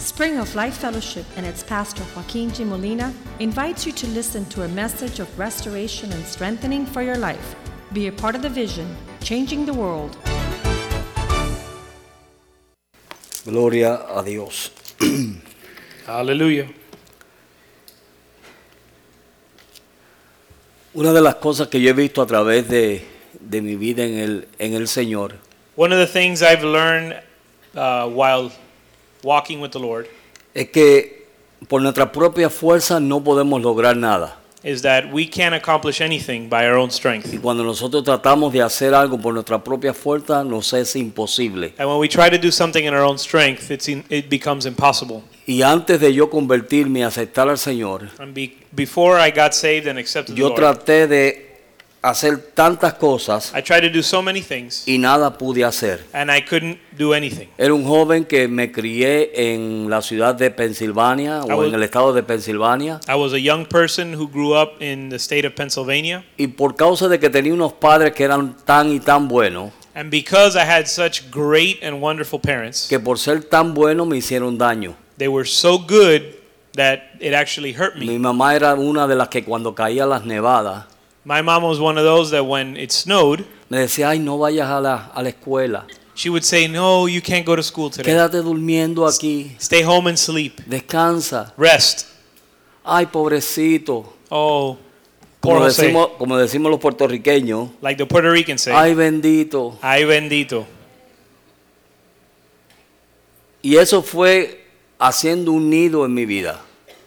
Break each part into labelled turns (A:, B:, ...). A: Spring of Life Fellowship and its pastor Joaquin G. Molina invites you to listen to a message of restoration and strengthening for your life. Be a part of the vision, changing the world.
B: Gloria a Dios.
C: Aleluya.
B: Una de las cosas que yo he visto a través de, de mi vida en el, en el Señor
C: One of the things I've learned uh, while walking with the Lord
B: es que por nuestra propia fuerza no podemos lograr nada.
C: is that we can't accomplish anything by our own
B: Y
C: strength.
B: cuando nosotros tratamos de hacer algo por nuestra propia fuerza, nos es imposible.
C: And when we try to do something in our own strength, it's in, it becomes impossible.
B: Y antes de yo convertirme y aceptar al Señor,
C: And be, before I got saved and accepted the
B: yo
C: Lord,
B: traté de hacer tantas cosas
C: I tried to do so many things
B: y nada pude hacer.
C: and I couldn't do anything.
B: Era un joven que me crié en la ciudad de Pensilvania
C: I
B: o
C: was-
B: en el estado de Pensilvania.
C: I was a young person who grew up in the state of Pennsylvania,
B: Y por causa de que tenía unos padres que eran tan y tan buenos,
C: and because I had such great and wonderful parents,
B: que por ser tan buenos me hicieron daño.
C: they were so good that it actually hurt me.
B: Mi mamá era una de las que cuando caía las nevadas,
C: My mom was one of those that when it snowed,
B: me decía, ay, no vayas a la, a la escuela,
C: she would say, No, you can't go to school today.
B: quédate durmiendo aquí,
C: Stay home and sleep.
B: descansa,
C: Rest.
B: ay, pobrecito.
C: Oh, poor
B: Como
C: Jose.
B: decimos, como decimos los puertorriqueños,
C: Like the Puerto Ricans say,
B: ay, bendito.
C: Ay bendito.
B: Y eso fue haciendo un nido en mi vida.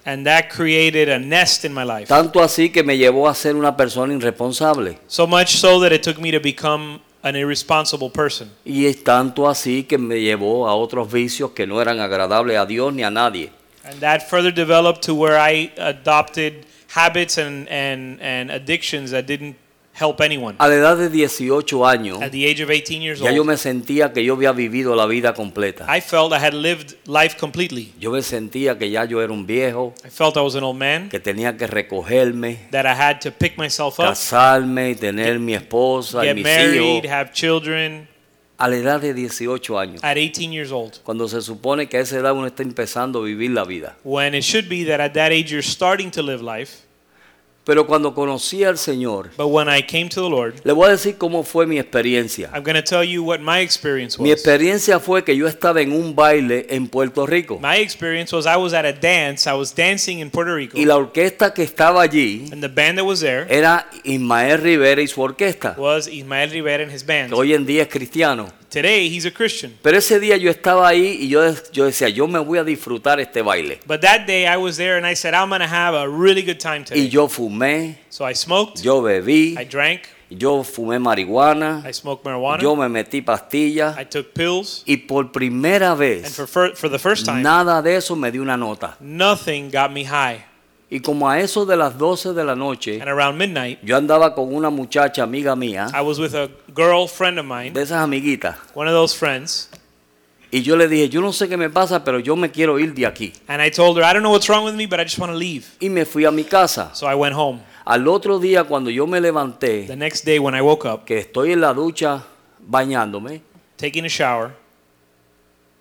C: And that created a nest in my life.
B: Tanto así que me llevó a ser una persona irresponsable.
C: So much so that it took me to become an irresponsible person.
B: Y es tanto así que me llevó a otros vicios que no eran agradables a Dios ni a nadie.
C: And that further developed to where I adopted habits and, and, and addictions that didn't help anyone.
B: A la edad de 18 años,
C: At the age of 18 years
B: ya yo
C: old,
B: me sentía que yo había vivido la vida completa.
C: I felt I had lived life completely.
B: Yo me sentía que ya yo era un viejo,
C: I felt I was an old man,
B: que tenía que recogerme,
C: that I had to pick myself up,
B: casarme y tener mi esposa y
C: get
B: mis
C: married,
B: hijos.
C: have children
B: A la edad de 18 años,
C: at 18 years old.
B: cuando se supone que a esa edad uno está empezando a vivir la vida.
C: When it should be that at that age you're starting to live life.
B: Pero cuando conocí al Señor,
C: But when I came to the Lord,
B: le voy a decir cómo fue mi experiencia.
C: I'm going to tell you what my experience
B: Mi
C: was.
B: experiencia fue que yo estaba en un baile en Puerto Rico.
C: My experience was I was at a dance. I was dancing in Puerto Rico.
B: Y la Eh. orquesta que estaba allí
C: And the band that was there
B: era Ismael Rivera y su orquesta,
C: was Ismael Rivera and his band.
B: que hoy en día es cristiano.
C: Today, he's a Christian.
B: Pero ese día yo estaba ahí y yo, yo decía, yo me voy a disfrutar este baile.
C: But that day, I was there and I said, I'm going to have a really good time
B: Y
C: today.
B: yo fumé,
C: So I smoked,
B: yo bebí,
C: I drank,
B: yo fumé marihuana,
C: I smoked marijuana,
B: yo me metí pastillas
C: I took pills.
B: y por primera
C: And
B: vez
C: for, fir- for the first time,
B: nada de eso me dio una nota.
C: nothing got me high.
B: Y como a eso de las 12 de la noche,
C: And around midnight,
B: yo andaba con una muchacha amiga mía,
C: I was with a girl friend of mine,
B: de esas amiguitas.
C: one of those friends,
B: Y yo le dije, yo no sé qué me pasa, pero yo me quiero ir de aquí.
C: and I told her, I don't know what's wrong with me, but I just want to leave.
B: Y me fui a mi casa.
C: So I went home.
B: Al otro día, cuando yo me levanté,
C: The next day, when I woke up,
B: que estoy en la ducha bañándome,
C: taking a shower,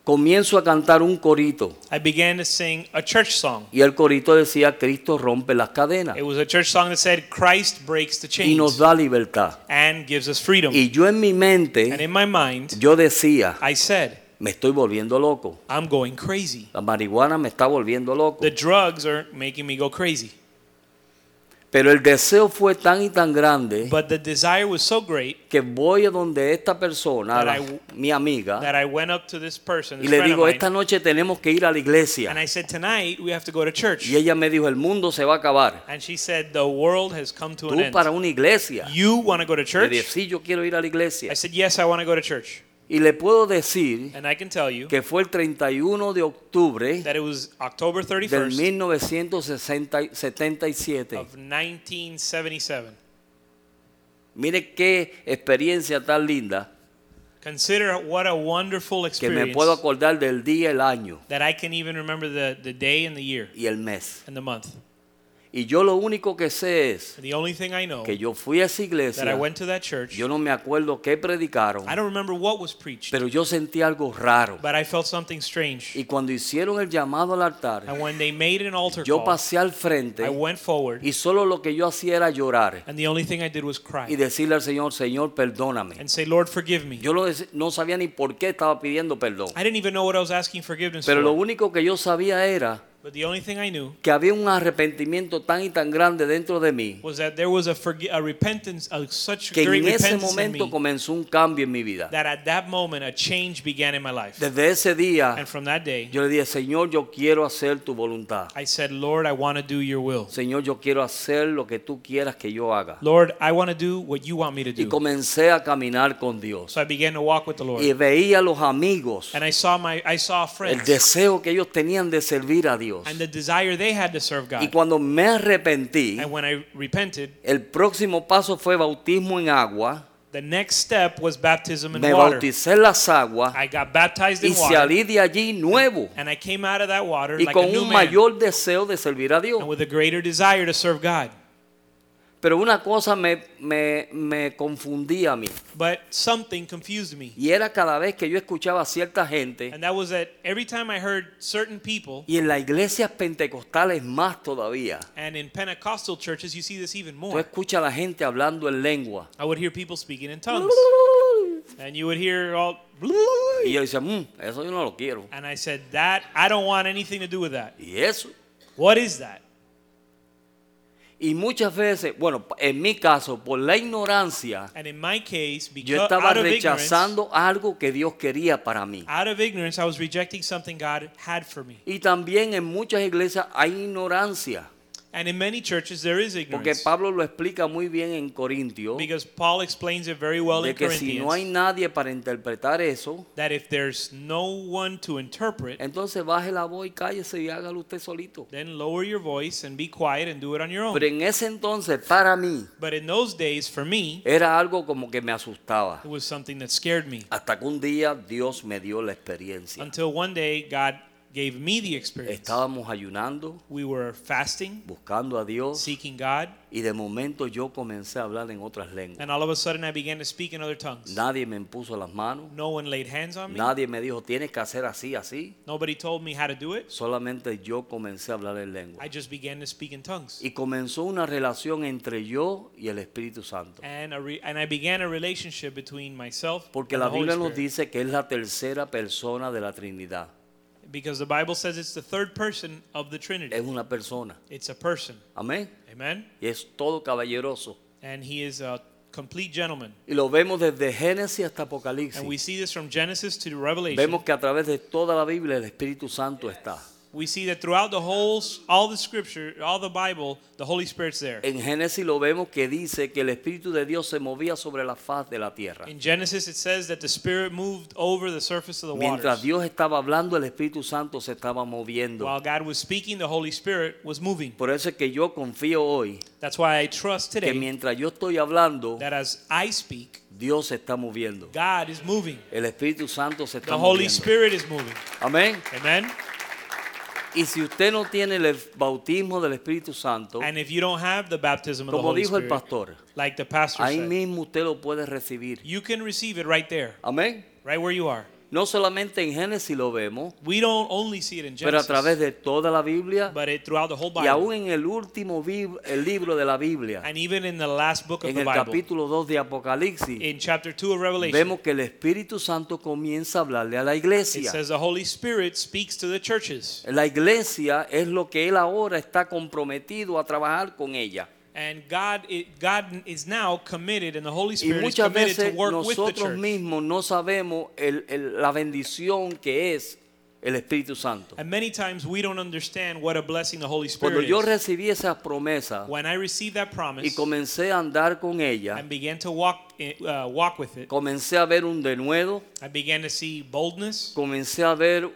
B: comienzo a cantar un corito.
C: I began to sing a church song.
B: Y el corito decía, Cristo rompe las cadenas
C: It was a church song that said, Christ breaks the
B: y nos
C: chains
B: da libertad.
C: and gives us freedom.
B: Y yo en mi
C: And
B: mente,
C: in my mind,
B: yo decía,
C: I said,
B: me estoy volviendo loco.
C: I'm going crazy.
B: La marihuana me está volviendo loco.
C: The drugs are making me go crazy.
B: Pero el deseo fue tan y tan grande
C: But the desire was so great
B: que voy a donde esta persona,
C: That
B: la- mi amiga,
C: that I went up to this person,
B: y
C: this
B: le
C: friend of
B: digo,
C: mine,
B: esta noche tenemos que ir a la iglesia.
C: and I said, Tonight we have to go to church.
B: Y ella me dijo, el mundo se va a acabar.
C: And she said, The world has come to
B: Tú
C: an end.
B: para una iglesia.
C: You want to go to
B: Le
C: church?
B: dije, sí, yo quiero ir a la iglesia.
C: I said, Yes, I want to go to church.
B: Y le puedo decir
C: And I can tell you
B: que fue el 31 de octubre
C: that it was October
B: del
C: 31st
B: 1977.
C: of 1977.
B: Mire qué experiencia tan linda
C: Consider what a wonderful
B: que me
C: experience
B: puedo acordar del día, el año
C: that I can even remember the, the day and the year
B: y el mes.
C: and the month.
B: Y yo lo único que sé es
C: The only thing I know
B: que yo fui a esa
C: that I
B: iglesia,
C: went to that church.
B: yo no me acuerdo qué predicaron,
C: I don't remember what was preached,
B: pero yo sentí algo raro.
C: but I felt something strange.
B: Y cuando hicieron el llamado al altar,
C: And when they made an altar
B: yo
C: call,
B: pasé al frente
C: I went forward,
B: y solo lo que yo hacía era llorar
C: and the only thing I did was
B: y
C: cry
B: decirle al Señor, Señor, perdóname.
C: and say, Lord, forgive me.
B: Yo lo dec- no sabía ni por qué estaba pidiendo perdón.
C: I didn't even know what I was asking forgiveness
B: Pero lo
C: for.
B: único que yo sabía era
C: But the only thing I knew
B: que había un arrepentimiento tan y tan grande dentro de mí
C: was that there was a, forgi- a repentance, a, such
B: que
C: great
B: en ese
C: repentance in
B: momento
C: me
B: comenzó un cambio en mi vida.
C: that at that moment a change began in my life.
B: Desde ese día
C: And from that day,
B: yo le dije, Señor, yo quiero hacer tu voluntad.
C: I said, Lord, I want to do your will.
B: Señor, yo quiero hacer lo que tú quieras que yo haga.
C: Lord, I want to do what you want me to
B: Y
C: do.
B: comencé a caminar con Dios.
C: So I began to walk with the
B: Y
C: Lord.
B: veía a los amigos
C: And I saw my I saw
B: el
C: friends
B: deseo que ellos tenían de servir a Dios.
C: and the desire they had to serve
B: Y
C: God.
B: cuando me arrepentí,
C: And when I repented,
B: el próximo paso fue bautismo en agua.
C: the next step was baptism in
B: Me
C: water.
B: bauticé en las aguas
C: I got baptized
B: y
C: in water
B: salí de allí nuevo
C: and I came out of that water
B: y
C: like a
B: con
C: new
B: un
C: man
B: mayor deseo de servir a Dios.
C: and with a greater desire to serve God.
B: Pero una cosa me, me, me confundía a mí
C: But something confused me.
B: y era cada vez que yo escuchaba a cierta gente
C: And that was that every time I heard certain people
B: y en las iglesias pentecostales más todavía.
C: and in Pentecostal churches you see this even
B: Tú
C: more.
B: escuchas a la gente hablando en lengua
C: I would hear people speaking in tongues. And you would hear all
B: y yo decía, "Mm, eso yo no lo quiero.
C: and I said that I don't want anything to do with that.
B: Y eso.
C: What is that?
B: Y muchas veces, bueno, en mi caso, por la ignorancia,
C: And in my case, because
B: yo estaba
C: out of ignorance,
B: rechazando algo que Dios quería para mí.
C: out of ignorance, I was rejecting something God had for me.
B: Y también en muchas iglesias hay ignorancia,
C: And in many churches, there is
B: porque
C: ignorance
B: Pablo lo explica muy bien en Corintio,
C: because Paul explains it very well
B: de
C: in
B: que
C: Corinthians
B: si no hay nadie para interpretar eso,
C: that if there's no one to interpret,
B: entonces baje la voz y cállese y hágalo usted solito.
C: then lower your voice and be quiet and do it on your own.
B: Pero en ese entonces, para mí,
C: But in those days, for me,
B: era algo como que me asustaba.
C: it was something that scared me.
B: Hasta que un día Dios me dio la experiencia.
C: Until one day, God gave me the experience.
B: Estábamos ayunando,
C: We were fasting,
B: buscando a Dios,
C: seeking God,
B: y de momento yo comencé a hablar en otras lenguas.
C: and all of a sudden, I began to speak in other tongues.
B: Nadie me impuso las manos,
C: No one laid hands on me.
B: nadie me dijo, tienes que hacer así, así.
C: Nobody told me how to do it.
B: Solamente yo comencé a hablar en lengua.
C: I just began to speak in tongues.
B: Y comenzó una relación entre yo y el Espíritu Santo.
C: And, a re- and I began a relationship between myself
B: Porque
C: and
B: la
C: the Holy
B: Biblia nos
C: Spirit.
B: dice que es la tercera persona de la Trinidad.
C: Because the Bible says it's the third person of the Trinity.
B: Es una persona.
C: It's a person.
B: Amén.
C: Amen?
B: Y es todo caballeroso.
C: And he is a complete gentleman.
B: Y lo vemos desde Génesis hasta
C: And we
B: Apocalipsis.
C: see this from Genesis to Revelation.
B: Vemos que a través de toda la Biblia el Espíritu Santo está.
C: we see that throughout the whole, s- all the scripture, all the Bible, the Holy Spirit's there.
B: En Génesis lo vemos que dice que el Espíritu de Dios se movía sobre la faz de la tierra.
C: In Genesis, it says that the Spirit moved over the surface of the
B: Mientras
C: waters.
B: Dios estaba hablando, el Espíritu Santo se estaba moviendo.
C: While God was speaking, the Holy Spirit was moving.
B: Por eso es que yo confío hoy
C: That's why I trust
B: que
C: today
B: mientras yo estoy hablando,
C: that as I speak,
B: Dios se está moviendo.
C: God is moving.
B: El Espíritu Santo se está
C: The Holy
B: moviendo.
C: Spirit is moving.
B: Amén.
C: Amen.
B: Y si usted no tiene el bautismo del Espíritu Santo,
C: And if you don't have the baptism of the
B: como
C: Holy
B: dijo el
C: Spirit,
B: pastor,
C: like the pastor
B: ahí
C: said,
B: mismo usted lo puede recibir.
C: you can receive it right there,
B: Amén.
C: right where you are.
B: No solamente en Génesis lo vemos,
C: We don't only see it in
B: pero a
C: Genesis,
B: través de toda la Biblia
C: but it throughout the whole
B: y
C: Bible,
B: aún en el último bib- el libro de la Biblia,
C: and even in the last book of
B: en
C: the
B: el
C: Bible,
B: capítulo 2 de Apocalipsis,
C: in chapter two of Revelation,
B: vemos que el Espíritu Santo comienza a hablarle a la
C: it
B: iglesia.
C: says the Holy Spirit speaks to the churches,
B: La iglesia es lo que él ahora está comprometido a trabajar con ella.
C: and God, it, God is now committed, and the Holy
B: Y
C: Spirit is
B: muchas
C: committed to
B: veces
C: work with the
B: nosotros
C: church.
B: mismos no sabemos el- el- la bendición que es el Espíritu Santo.
C: And many times we don't understand what a blessing the Holy
B: Cuando
C: Spirit
B: yo
C: is.
B: recibí esa promesa
C: When I received that
B: y
C: promise
B: comencé a andar con ella,
C: and began to walk, i- uh, walk with it,
B: comencé a ver un denuedo,
C: I began to see boldness.
B: comencé a ver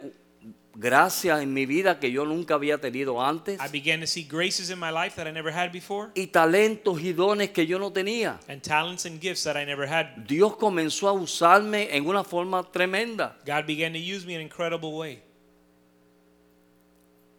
B: gracias en mi vida que yo nunca había tenido antes
C: I began to see graces in my life that I never had before,
B: y talentos y dones que yo no tenía.
C: and talents and gifts that I never had.
B: Dios comenzó a usarme en una forma tremenda.
C: God began to use me in an incredible way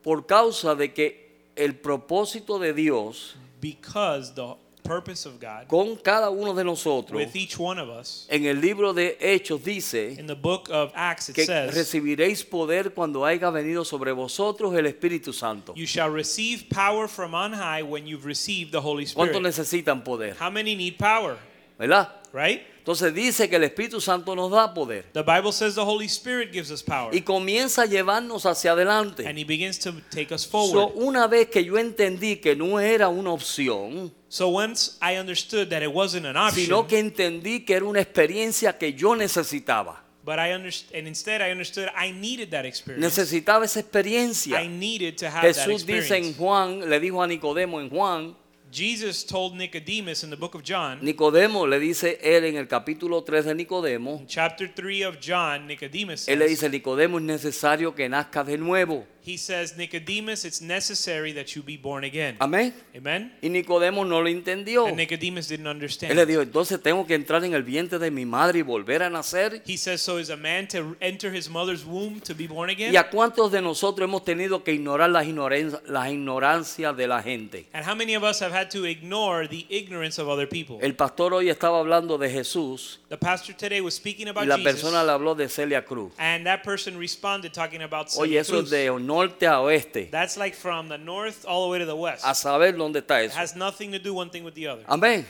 B: por causa de que el propósito de Dios
C: because the purpose of God
B: con cada uno de nosotros,
C: with each one of us.
B: en el libro de Hechos dice
C: In the book of Acts, it
B: que
C: says,
B: recibiréis poder cuando haya venido sobre vosotros el Espíritu Santo.
C: You shall receive power from on high when you've received the Holy
B: ¿Cuántos
C: Spirit.
B: necesitan poder?
C: How many need power?
B: ¿Verdad?
C: Right?
B: Entonces dice que el Espíritu Santo nos da poder
C: The Bible says the Holy Spirit gives us power.
B: y comienza a llevarnos hacia adelante.
C: And he begins to take us
B: So,
C: forward.
B: una vez que yo entendí que no era una opción,
C: So once I understood that it wasn't an option,
B: sino que entendí que era una experiencia que yo necesitaba.
C: but I understood, and instead I understood I needed that experience.
B: Necesitaba esa
C: I
B: experiencia.
C: needed to have that
B: Jesús dice en
C: experience.
B: Juan, le dijo a Nicodemo en Juan,
C: Jesus told Nicodemus in the book of John,
B: Nicodemo le dice él en el capítulo 3 de Nicodemo,
C: in chapter 3 of John, Nicodemus
B: él le dice,
C: says,
B: Nicodemo es necesario que nazcas de nuevo.
C: he says, Nicodemus, it's necessary that you be born again.
B: Amén.
C: Amen?
B: Y Nicodemo no lo entendió.
C: And Nicodemus
B: Él
C: didn't
B: le
C: understand.
B: dijo, entonces tengo que entrar en el vientre de mi madre y volver a nacer.
C: He says, so is a man to enter his mother's womb to be born
B: ¿Y
C: again?
B: a cuántos de nosotros hemos tenido que ignorar las ignorancias, las ignorancias de la gente?
C: And how many of us have had to ignore the ignorance of other people?
B: El pastor hoy estaba hablando de Jesús
C: The pastor today was speaking
B: y
C: about
B: la
C: Jesus,
B: persona le habló de Celia Cruz.
C: and that person responded talking about Celia
B: Oye, eso es
C: Cruz.
B: de norte a oeste,
C: That's like from the north all the way to the west.
B: a saber dónde está
C: It
B: eso.
C: has nothing to do one thing with the other.
B: Amén.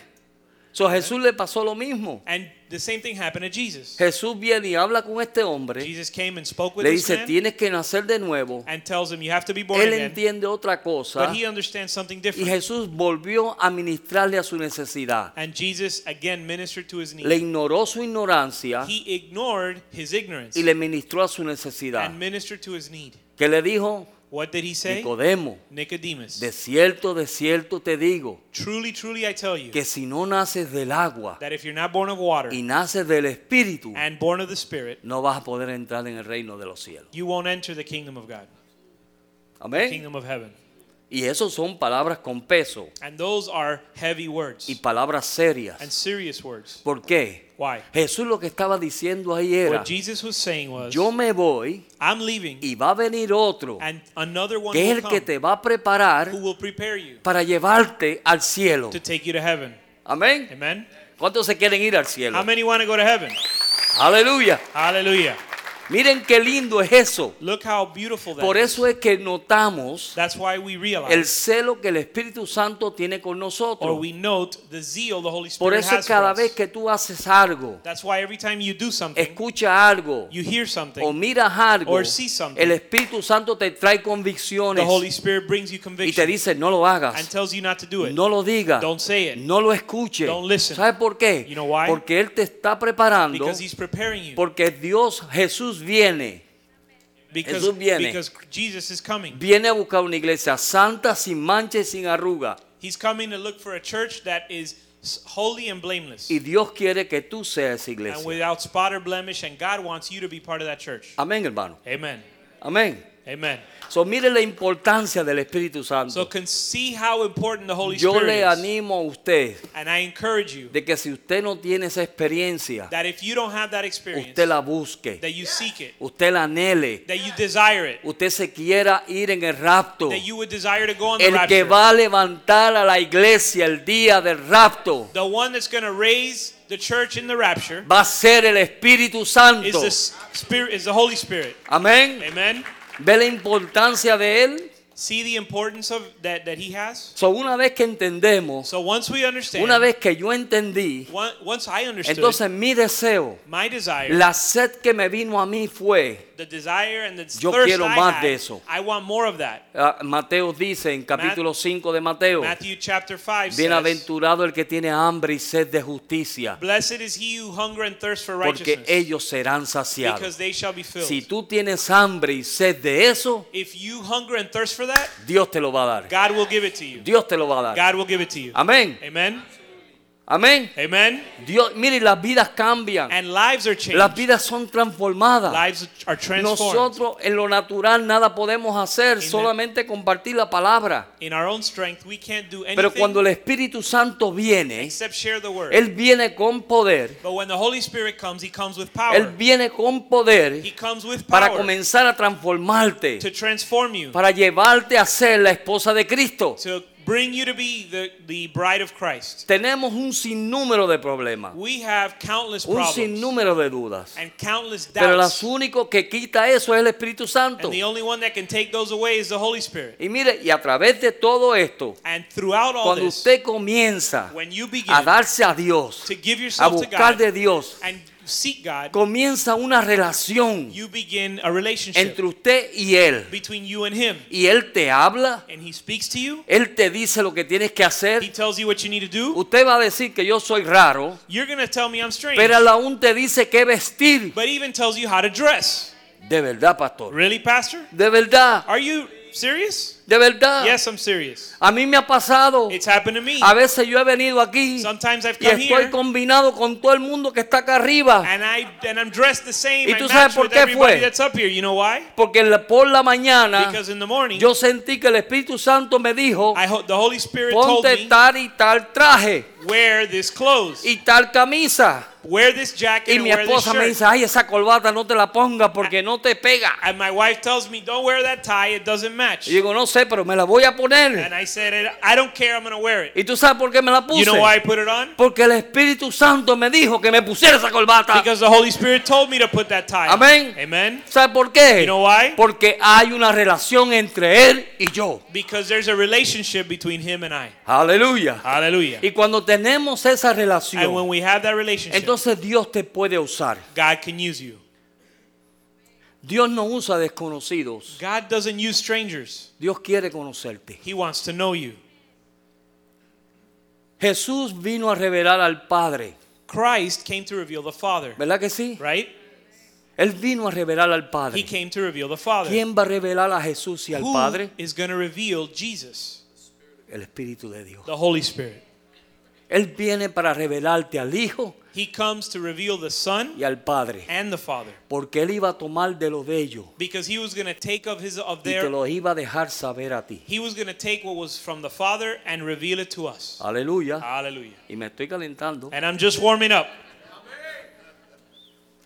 B: So, a Jesús le pasó lo mismo.
C: And the same thing happened to Jesus.
B: Jesús viene y habla con este hombre,
C: Jesus came and spoke with
B: le
C: this
B: dice,
C: man
B: tienes que nacer de nuevo.
C: and tells him you have to be born
B: Él
C: again.
B: entiende otra cosa
C: But he understands something
B: y
C: different.
B: Jesús volvió a ministrarle a su necesidad.
C: And Jesus again ministered to his
B: Le
C: need.
B: ignoró su ignorancia
C: He ignored his ignorance
B: y le ministró a su necesidad.
C: and ministered to his need.
B: ¿Qué le dijo?
C: What did he say?
B: Nicodemo,
C: Nicodemus.
B: de cierto, de cierto te digo,
C: Truly, truly, I tell you
B: que si no naces del agua
C: that if you're not born of water
B: y naces del Espíritu,
C: and born of the Spirit,
B: no vas a poder entrar en el reino de los cielos.
C: you won't enter the kingdom of God, the
B: Amén.
C: kingdom of heaven.
B: Y eso son palabras con peso
C: And those are heavy
B: y
C: words
B: palabras serias.
C: and serious words.
B: ¿Por qué?
C: Why?
B: Jesús lo que estaba diciendo ahí era,
C: What Jesus was saying was,
B: yo me voy
C: I'm leaving,
B: y va a venir otro,
C: and another one
B: que es
C: will
B: el que
C: come
B: te va a preparar
C: who will prepare you
B: para llevarte al cielo.
C: to take you to heaven.
B: Amén.
C: Amen?
B: ¿Cuántos se quieren ir al cielo?
C: How many want to go to heaven?
B: Aleluya.
C: Hallelujah.
B: Miren qué lindo es eso.
C: Look how beautiful that
B: Por
C: is.
B: eso es que notamos
C: That's why we realize
B: el celo que el Espíritu Santo tiene con
C: or
B: nosotros.
C: we note the zeal the Holy Spirit
B: Por eso
C: has for
B: cada
C: us.
B: vez que tú haces algo,
C: That's why every time you do something,
B: escuchas algo
C: you hear
B: o
C: something,
B: miras algo,
C: or see something,
B: el Espíritu Santo te trae
C: the
B: convicciones
C: Holy Spirit brings you
B: y te
C: conviction
B: dice no lo
C: and
B: hagas,
C: tells you not to do it.
B: no lo digas,
C: Don't say it.
B: no lo escuches.
C: Don't listen.
B: ¿Sabes por qué?
C: You know why?
B: Porque Él te está preparando,
C: Because he's preparing you.
B: porque Dios, Jesús viene,
C: Because,
B: Jesús viene.
C: because Jesus is coming.
B: viene a buscar una iglesia santa, sin mancha y sin arruga.
C: He's coming to look for a church that is s- holy and blameless
B: Y Dios quiere que tú seas esa
C: and
B: iglesia.
C: without spot or blemish, and God wants you to be part of that church.
B: Amén, hermano.
C: Amen.
B: Amén.
C: Amen.
B: So, mire la importancia del Espíritu
C: So
B: Santo.
C: can see how important the Holy
B: Yo
C: Spirit
B: le
C: is.
B: animo a usted
C: And I encourage you
B: de que si usted no tiene esa experiencia,
C: that if you don't have that experience,
B: usted la busque,
C: that you seek it,
B: usted la anhele,
C: that you desire it,
B: usted se quiera ir en el rapto.
C: that you would desire to go on the
B: El que
C: rapture.
B: va a levantar a la iglesia el día del rapto
C: The one that's going to raise the church in the rapture
B: va a ser el Espíritu
C: is
B: Santo.
C: the s- spirit is the Holy Spirit.
B: Amén.
C: Amen.
B: ¿Ve la importancia de él?
C: See the importance of that that he has.
B: So, una vez que entendemos,
C: So once we understand,
B: una vez que yo entendí,
C: one- once I understood,
B: Entonces mi deseo,
C: my desire,
B: la sed que me vino a mí fue,
C: the desire and the
B: Yo
C: thirst
B: quiero
C: I
B: más
C: had,
B: de eso.
C: I want more of that.
B: ah, Mateo dice en capítulo 5 de Mateo,
C: Matthew chapter 5 says,
B: bienaventurado el que tiene hambre y sed de justicia,
C: Blessed is he who hunger and thirst for
B: porque
C: righteousness,
B: ellos serán
C: because
B: saciados.
C: they shall be filled.
B: Si tú tienes hambre y sed de eso,
C: If you hunger and thirst for that,
B: Dios te lo va a dar.
C: God will give it to you.
B: Dios te lo va a dar.
C: God will give it to you.
B: Amén.
C: Amen.
B: Amén.
C: Amen.
B: Dios, mire, las vidas cambian.
C: And lives are changed.
B: Las vidas son transformadas.
C: lives are transformed.
B: Nosotros en lo natural nada podemos hacer,
C: the-
B: solamente compartir la palabra.
C: In our own strength, we can't do anything
B: Pero cuando el Espíritu Santo viene,
C: except share the word.
B: Él viene con poder.
C: but when the Holy Spirit comes, He comes with power.
B: Él viene con poder
C: he comes with
B: para
C: power
B: comenzar a transformarte,
C: to transform you,
B: para llevarte a ser la esposa de Cristo.
C: to bring you to be the, the bride of Christ.
B: Tenemos un sinnúmero de problemas,
C: We have countless
B: un
C: problems
B: sinnúmero de dudas.
C: and countless
B: Pero lo
C: doubts.
B: único que quita eso es el Espíritu Santo.
C: And the only one that can take those away is the Holy Spirit.
B: Y mire, y a través de todo esto,
C: And throughout all
B: cuando
C: this,
B: usted comienza
C: when you begin
B: a darse a Dios,
C: to give
B: a
C: yourself to
B: buscar
C: God
B: de Dios,
C: and seek God,
B: comienza una relación
C: you begin a relationship
B: entre usted y Él.
C: between you and Him.
B: Y Él te habla,
C: And He speaks to you,
B: Él te dice lo que tienes que
C: He
B: hacer.
C: tells you what you need to do.
B: Usted va a decir que yo soy raro,
C: You're going to tell me I'm strange,
B: pero Él aún te dice qué vestir.
C: but even tells you how to dress.
B: De verdad, pastor.
C: Really, Pastor?
B: De verdad,
C: Are you serious?
B: de verdad.
C: Yes, I'm serious.
B: A mí me ha pasado.
C: It's happened to me.
B: A veces yo he venido aquí
C: Sometimes I've
B: y
C: come
B: estoy
C: here
B: combinado con todo el mundo que está acá arriba.
C: and I and I'm dressed the same.
B: ¿Y
C: I
B: tú
C: match
B: sabes por
C: with
B: qué
C: everybody
B: fue?
C: that's up here. You know why?
B: Porque en la- por la mañana
C: Because in the morning,
B: yo sentí que el Espíritu Santo me dijo,
C: I ho- the Holy Spirit told
B: ponte
C: me
B: tal y tal traje
C: wear this clothes,
B: y tal camisa.
C: wear this jacket,
B: Y
C: and
B: mi
C: wear this
B: esposa me dice,
C: shirt.
B: ay, esa corbata no te la ponga porque no te pega.
C: And my wife tells me, don't wear that tie. It doesn't match.
B: Y digo, no sé, pero me la voy a poner.
C: And I said, I don't care. I'm gonna wear it.
B: ¿Y tú sabes por qué me la
C: You
B: puse?
C: know why I put it on?
B: Porque el Espíritu Santo me dijo que me pusiera esa corbata.
C: Because the Holy Spirit told me to put that tie. on.
B: Amén.
C: Amen.
B: ¿Sabes por qué?
C: You know why?
B: Porque hay una relación entre él y yo.
C: Because there's a relationship between him and I.
B: Aleluya.
C: Hallelujah.
B: Y cuando tenemos esa
C: And when
B: relación,
C: we have that relationship,
B: entonces Dios te puede usar.
C: God can use you.
B: Dios no usa desconocidos.
C: God doesn't use strangers.
B: Dios quiere conocerte.
C: He wants to know you.
B: Jesús vino a revelar al Padre.
C: Christ came to reveal the Father,
B: ¿Verdad que sí?
C: right?
B: Él vino a revelar al
C: He
B: Padre.
C: came to reveal the Father.
B: ¿Quién va a revelar a Jesús y al
C: Who
B: Padre?
C: is going to reveal Jesus?
B: El Espíritu de Dios.
C: The Holy Spirit.
B: Él viene para revelarte al Hijo
C: He comes to reveal the Son
B: y al Padre.
C: and the Father
B: Porque Él iba a tomar de lo de ellos
C: because he was going to take of his of
B: y te
C: their
B: lo iba a dejar saber a ti.
C: he was going to take what was from the Father and reveal it to us.
B: Aleluya.
C: Hallelujah.
B: Y me estoy calentando.
C: And I'm just warming up.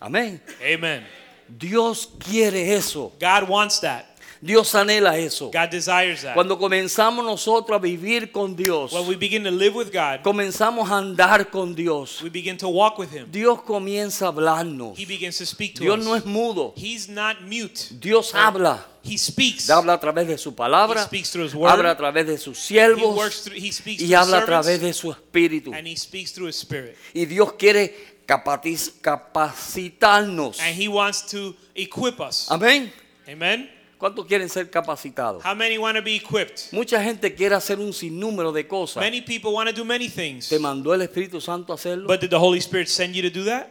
B: Amén.
C: Amen.
B: Dios quiere eso.
C: God wants that.
B: Dios anhela eso.
C: God desires that.
B: Cuando comenzamos nosotros a vivir con Dios,
C: When we begin to live with God,
B: comenzamos a andar con Dios,
C: we begin to walk with Him.
B: Dios comienza a hablarnos.
C: He begins to speak to
B: Dios no
C: us.
B: es mudo.
C: He's not mute.
B: Dios habla.
C: He speaks. He
B: Habla a través de su palabra,
C: speaks through His
B: habla a
C: word.
B: través de sus
C: He works
B: siervos
C: through. He speaks
B: y
C: through His
B: habla a través
C: servants,
B: de su espíritu.
C: and He speaks through His Spirit.
B: Y Dios quiere capatiz- capacitarnos.
C: And He wants to equip us.
B: Amén.
C: Amen.
B: ¿Cuántos quieren ser capacitados?
C: How many want to be equipped?
B: Mucha gente quiere hacer un sinnúmero de cosas.
C: Many people want to do many things.
B: ¿Te mandó el Espíritu Santo a hacerlo?
C: But did the Holy Spirit send you to do that?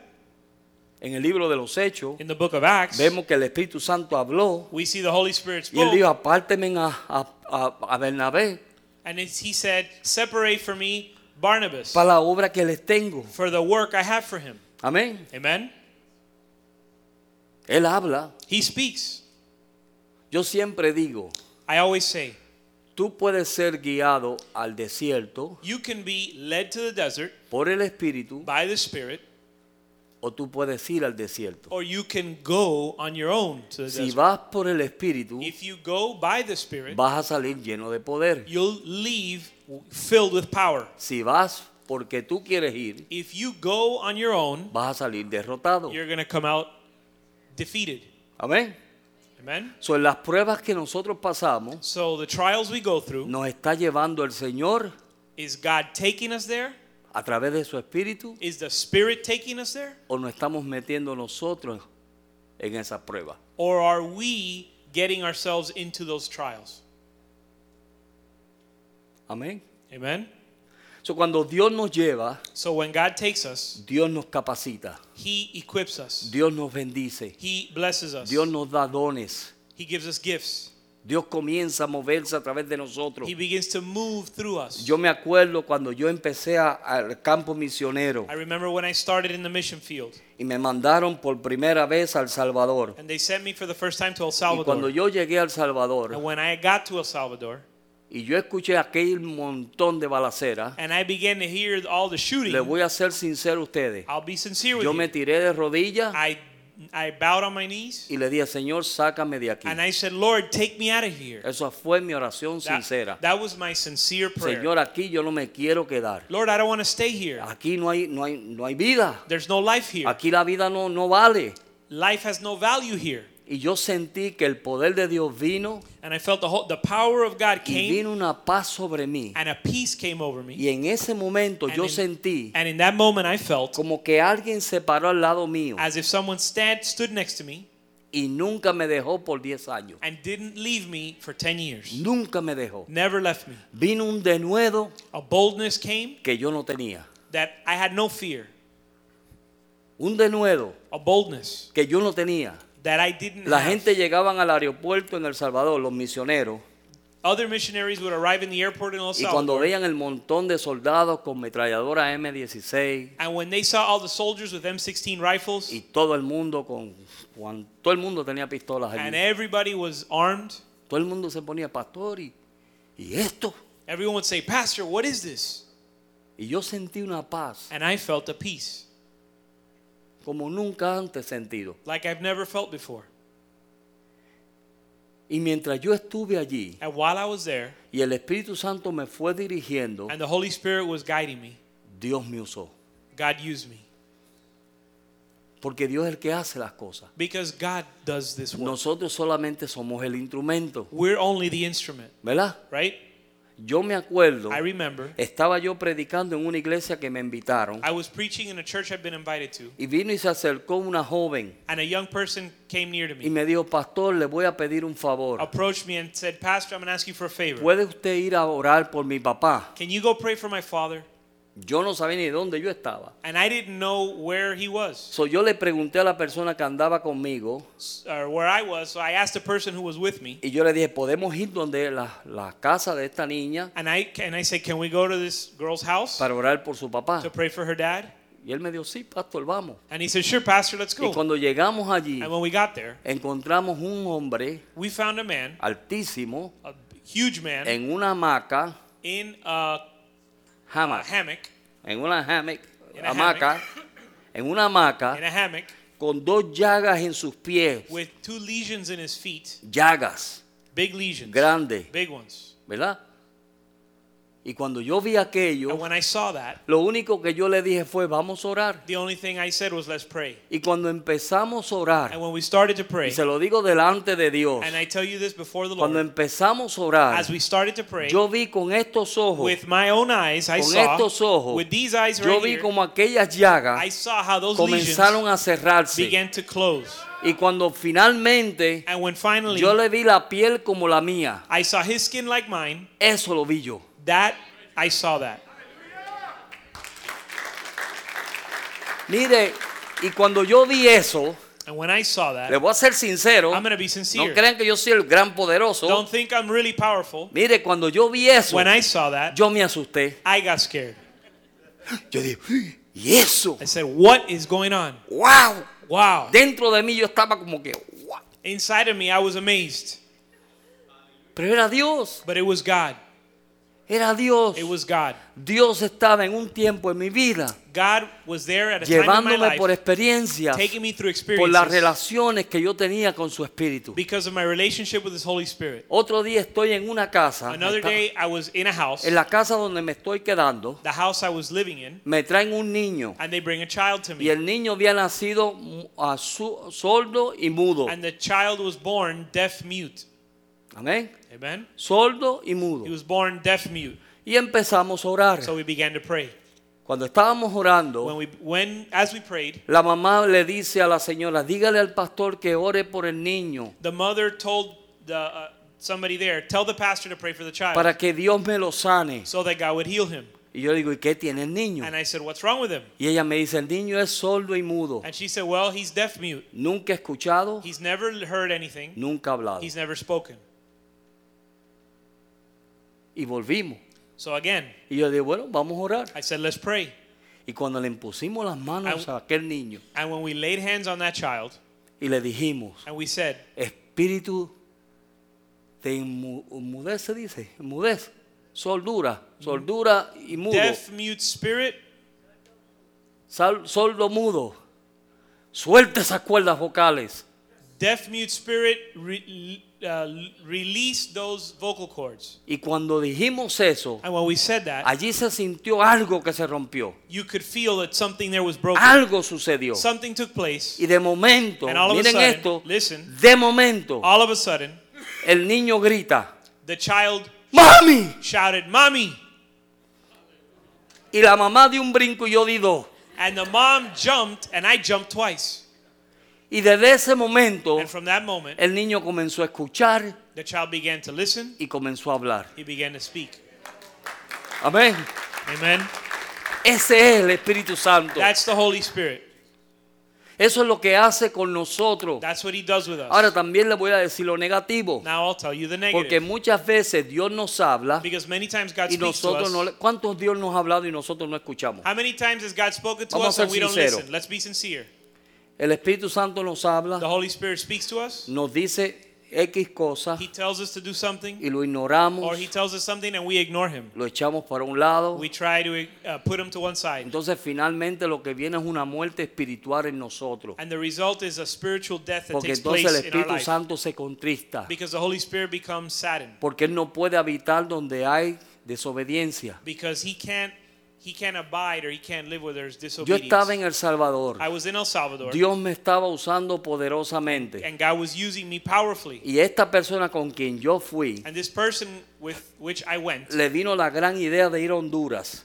B: En el libro de los Hechos
C: In the book of Acts,
B: vemos que el Espíritu Santo habló
C: we see the Holy Spirit
B: y él dijo,
C: spoke,
B: apárteme a, a, a- a Bernabé
C: and it's- He said, "Separate for me Barnabas
B: para la obra que les tengo.
C: for the work I have for him."
B: Amén.
C: Amen.
B: Él habla.
C: He speaks.
B: Yo siempre digo,
C: I always say,
B: tú puedes ser guiado al desierto
C: you can be led to the desert
B: por el Espíritu
C: by the Spirit,
B: o tú puedes ir al desierto.
C: or you can go on your own to the
B: Si
C: desert.
B: vas por el Espíritu,
C: If you go by the Spirit,
B: vas a salir lleno de poder.
C: you'll leave filled with power.
B: Si vas porque tú quieres ir,
C: If you go on your own,
B: vas a salir derrotado.
C: you're going to come out defeated.
B: Amén.
C: Amen?
B: Son las pruebas que nosotros pasamos.
C: So the trials we go through
B: nos está llevando el Señor
C: is God taking us there?
B: a través de su espíritu
C: Is the Spirit taking us there?
B: o nos estamos metiendo nosotros en esa prueba.
C: Or are we getting ourselves into those trials?
B: Amén.
C: Amen?
B: So, cuando Dios nos lleva,
C: So when God takes us,
B: Dios nos capacita,
C: He equips us.
B: Dios nos bendice,
C: He blesses us.
B: Dios nos da dones,
C: He gives us gifts.
B: Dios comienza a moverse a través de nosotros.
C: He begins to move through us.
B: Yo me acuerdo cuando yo empecé a- al campo misionero
C: I remember when I started in the mission field,
B: y me mandaron por primera vez al Salvador.
C: and they sent me for the first time to El
B: Y cuando
C: Salvador.
B: yo llegué al
C: And
B: Salvador
C: when I got to El Salvador,
B: y yo escuché aquel montón de balaceras,
C: and I began to hear all the
B: le
C: shooting,
B: voy a ser sincero a ustedes.
C: I'll be sincere with
B: Yo me
C: you.
B: tiré de rodillas
C: I, I bowed on my knees,
B: y le dije, Señor, sácame de aquí.
C: and I said, Lord, take me out of here.
B: Esa fue mi oración
C: That,
B: sincera.
C: that was my sincere prayer.
B: Señor, aquí yo no me quiero quedar.
C: Lord, I don't want to stay here.
B: Aquí no hay, no hay, no hay vida.
C: There's no life here.
B: Aquí la vida no, no vale.
C: Life has no value here.
B: Y yo sentí que el poder de Dios vino
C: And I felt the whole, the power of God
B: y
C: came,
B: vino una paz sobre mí.
C: and a peace came over me.
B: Y en ese momento
C: And
B: yo
C: in-
B: sentí
C: And in that moment, I felt
B: como que alguien se paró al lado mío
C: as if someone stand, stood next to me
B: y nunca me dejó por 10 años.
C: and didn't leave me for 10 years.
B: Nunca me dejó.
C: Never left me.
B: Vino un denuedo
C: A boldness came
B: que yo no tenía.
C: that I had no fear.
B: Un denuedo
C: A boldness
B: que yo no tenía.
C: that I didn't
B: La
C: have.
B: gente llegaban al aeropuerto en El Salvador, los misioneros,
C: Other missionaries would arrive in the airport in El
B: y cuando
C: Salvador,
B: veían el montón de soldados con metralladora M16
C: and when they saw all the soldiers with M16 rifles,
B: y todo el mundo con cuan- todo el mundo tenía pistolas
C: and
B: allí.
C: everybody was armed,
B: Todo el mundo se ponía pastor y, y esto.
C: everyone would say, Pastor, what is this?
B: Y yo sentí una paz
C: And I felt a peace
B: como nunca antes sentido.
C: like I've never felt before.
B: Y mientras yo estuve allí
C: And while I was there,
B: y el Espíritu Santo me fue dirigiendo,
C: and the Holy Spirit was guiding me,
B: Dios me usó.
C: God used me.
B: Porque Dios es el que hace las cosas.
C: Because God does this work.
B: Nosotros solamente somos el instrumento,
C: We're only the instrument,
B: ¿verdad?
C: right?
B: Yo me acuerdo,
C: I remember
B: estaba yo predicando en una iglesia que me invitaron
C: I was preaching in a church I've been invited to,
B: y vino y se acercó una joven
C: and a young person came near to
B: y
C: me,
B: me dijo, pastor, le voy a pedir un favor.
C: approached me, and said, Pastor, I'm going to ask you for a favor.
B: ¿Puede usted ir a orar por mi papá?
C: Can you go pray for my father?
B: Yo no sabía ni dónde yo estaba.
C: And I didn't know where he was
B: So, yo le pregunté a la persona que andaba conmigo
C: s- or where I was, so I asked the person who was with me,
B: y yo le dije, podemos ir donde la, la casa de esta niña
C: and I, and I said, Can we go to this girl's house
B: para orar por su papá.
C: to pray for her dad?
B: Y él me dijo, sí, pastor, vamos.
C: And he said, Sure, Pastor, let's
B: Y
C: go.
B: cuando llegamos allí,
C: And when we got there,
B: encontramos un hombre
C: we found a man,
B: altísimo
C: a huge man,
B: en una hamaca,
C: in a a
B: hamac,
C: hammock,
B: en una hamac,
C: In a
B: hamaca, en una
C: in
B: hamaca
C: a hammock,
B: con dos llagas en sus pies,
C: with two lesions in his feet,
B: llagas
C: big lesions,
B: grandes,
C: big ones.
B: ¿verdad? Y cuando yo vi
C: And
B: aquello,
C: when I saw that,
B: lo único que yo le dije fue, vamos a orar.
C: the only thing I said was, "Let's pray."
B: Y cuando empezamos a orar,
C: And when we started to
B: y
C: pray,
B: se lo digo delante de Dios,
C: and I tell you this before the
B: cuando
C: Lord,
B: empezamos a orar,
C: as we started to pray,
B: yo vi con estos ojos,
C: with my own eyes, I
B: con
C: saw,
B: estos ojos,
C: with these eyes
B: yo
C: right
B: vi
C: here,
B: como aquellas llagas
C: I saw how those lesions
B: comenzaron a cerrarse.
C: began to close.
B: Y cuando finalmente
C: And when finally
B: yo le vi la piel como la mía,
C: I saw his skin like mine,
B: eso lo vi yo.
C: that I saw that.
B: Mire, y cuando yo vi eso,
C: And when I saw that,
B: le voy a ser sincero,
C: I'm going to be
B: no
C: sincere.
B: crean que yo soy el gran poderoso.
C: Don't think I'm really powerful.
B: Mire, cuando yo vi eso,
C: When I saw that,
B: yo me asusté.
C: I got scared.
B: Yo dije, "Uy, ¿y eso?
C: I said, What is going on?
B: ¡Wow!
C: Wow.
B: Dentro de mí yo estaba como que, "Wow".
C: Inside of me, I was amazed.
B: Pero era Dios,
C: But it was God.
B: era Dios.
C: It was God.
B: Dios estaba en un tiempo en mi vida
C: God was there at a time in my
B: llevándome
C: life,
B: por experiencias,
C: taking me through
B: por las
C: experiences
B: relaciones que yo tenía con su espíritu.
C: because of my relationship with His Holy Spirit.
B: Otro día estoy en una casa,
C: Another
B: está-
C: day, I was in a house,
B: en la casa donde me estoy quedando,
C: the house I was living in,
B: me traen un niño
C: and they bring a child to
B: y
C: me.
B: el niño había nacido mu- a su- sordo y mudo.
C: And the child was born deaf mute.
B: Amén.
C: Amen?
B: Sordo y
C: He
B: mudo.
C: was born deaf mute.
B: Y empezamos a orar.
C: So we began to pray.
B: Cuando estábamos
C: When
B: orando,
C: we, when, as we prayed,
B: la mamá le dice a la señora, dígale al pastor que ore por el niño
C: the mother told the, uh, somebody there, tell the pastor to pray for the child
B: para que Dios me lo sane.
C: so that God would heal him.
B: Y yo le digo, ¿y qué tiene el niño?
C: And I said, What's wrong with him?
B: Y ella me dice, el niño es sordo y mudo.
C: And she said, Well, he's deaf mute.
B: Nunca escuchado,
C: He's never heard anything,
B: nunca hablado.
C: he's never spoken.
B: Y volvimos.
C: So again,
B: Y yo dije, bueno, vamos a orar.
C: I said, let's pray.
B: Y cuando le impusimos las manos
C: Au.
B: a aquel niño
C: And when we laid hands on that child
B: y le dijimos,
C: and we said,
B: espíritu, te enmu- enmudece, dice, enmudece, soldura,
C: Mm.
B: soldura y mudo,
C: deaf, mute spirit,
B: sal- soldo mudo, suelta esas cuerdas vocales.
C: deaf, mute spirit, re- uh, release those vocal cords.
B: Y cuando dijimos eso,
C: And when we said that,
B: allí se sintió algo que se rompió,
C: you could feel that something there was broken.
B: algo sucedió.
C: Something took place.
B: Y de momento,
C: And all of a
B: miren
C: sudden,
B: esto,
C: listen. Ah.
B: de momento,
C: All of a sudden,
B: el niño grita,
C: the child
B: ¡Mami!
C: shouted, Mommy!
B: Y la mamá dio un brinco y yo di dos.
C: And the mom jumped, and I jumped twice.
B: Y desde ese momento,
C: And from that moment,
B: el niño comenzó a escuchar
C: the child began to listen.
B: y comenzó a hablar.
C: He began to speak.
B: Amén.
C: Amen.
B: Ese es el Espíritu Santo.
C: That's the Holy Spirit.
B: Eso es lo que hace con nosotros.
C: That's what He does with us.
B: Ahora también le voy a decir lo negativo.
C: Now I'll tell you the
B: Porque
C: negative.
B: muchas veces Dios nos habla
C: Because many times God
B: y
C: speaks to
B: nosotros
C: us.
B: no le... ¿Cuántos Dios nos ha hablado y nosotros no escuchamos?
C: How many times has God spoken to
B: Vamos a
C: us
B: ser
C: and we don't
B: sincero.
C: listen? Let's be sincere.
B: El Espíritu Santo nos
C: The
B: habla,
C: Holy Spirit speaks to us.
B: nos dice X cosas
C: He tells us to do something,
B: y lo
C: or
B: ignoramos,
C: He tells us something and we ignore Him.
B: lo echamos para un lado.
C: We try to uh, put Him to one side.
B: Entonces finalmente lo que viene es una muerte espiritual en nosotros.
C: And the result is a spiritual death that
B: Porque
C: takes
B: entonces el
C: place in our
B: Espíritu
C: life.
B: Santo se contrista.
C: Because the Holy Spirit becomes saddened.
B: Porque Él no puede habitar donde hay desobediencia.
C: Because He can't, He can't abide or He can't live where there's
B: Yo estaba
C: disobedience.
B: en El Salvador.
C: I was in El Salvador.
B: Dios me estaba usando poderosamente.
C: and God was using me powerfully.
B: Y esta persona con quien yo fui,
C: And this person with which I went,
B: le vino la gran idea de ir a Honduras.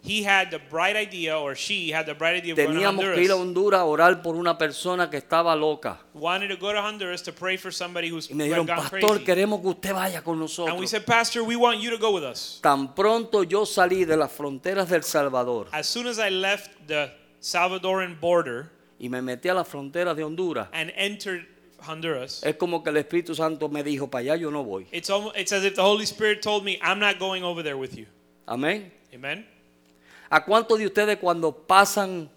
C: he had the bright idea, or she had the bright idea of going to
B: Teníamos que ir a Honduras
C: Honduras.
B: a orar por una persona que estaba loca.
C: Wanted to go to Honduras to pray for somebody who's
B: Y me
C: who
B: dijeron,
C: had gone
B: pastor,
C: crazy.
B: queremos que usted vaya con
C: And we
B: nosotros.
C: said, Pastor, we want you to go with us.
B: Tan pronto yo salí de las fronteras del Salvador
C: As soon as I left the Salvadoran border
B: y me metí a las fronteras de Honduras,
C: and entered Honduras,
B: es como que el Espíritu Santo me dijo, para allá yo no voy.
C: it's almost, it's as if the Holy Spirit told me, I'm not going over there with you.
B: Amén.
C: Amen.
B: ¿A cuántos de ustedes cuando pasan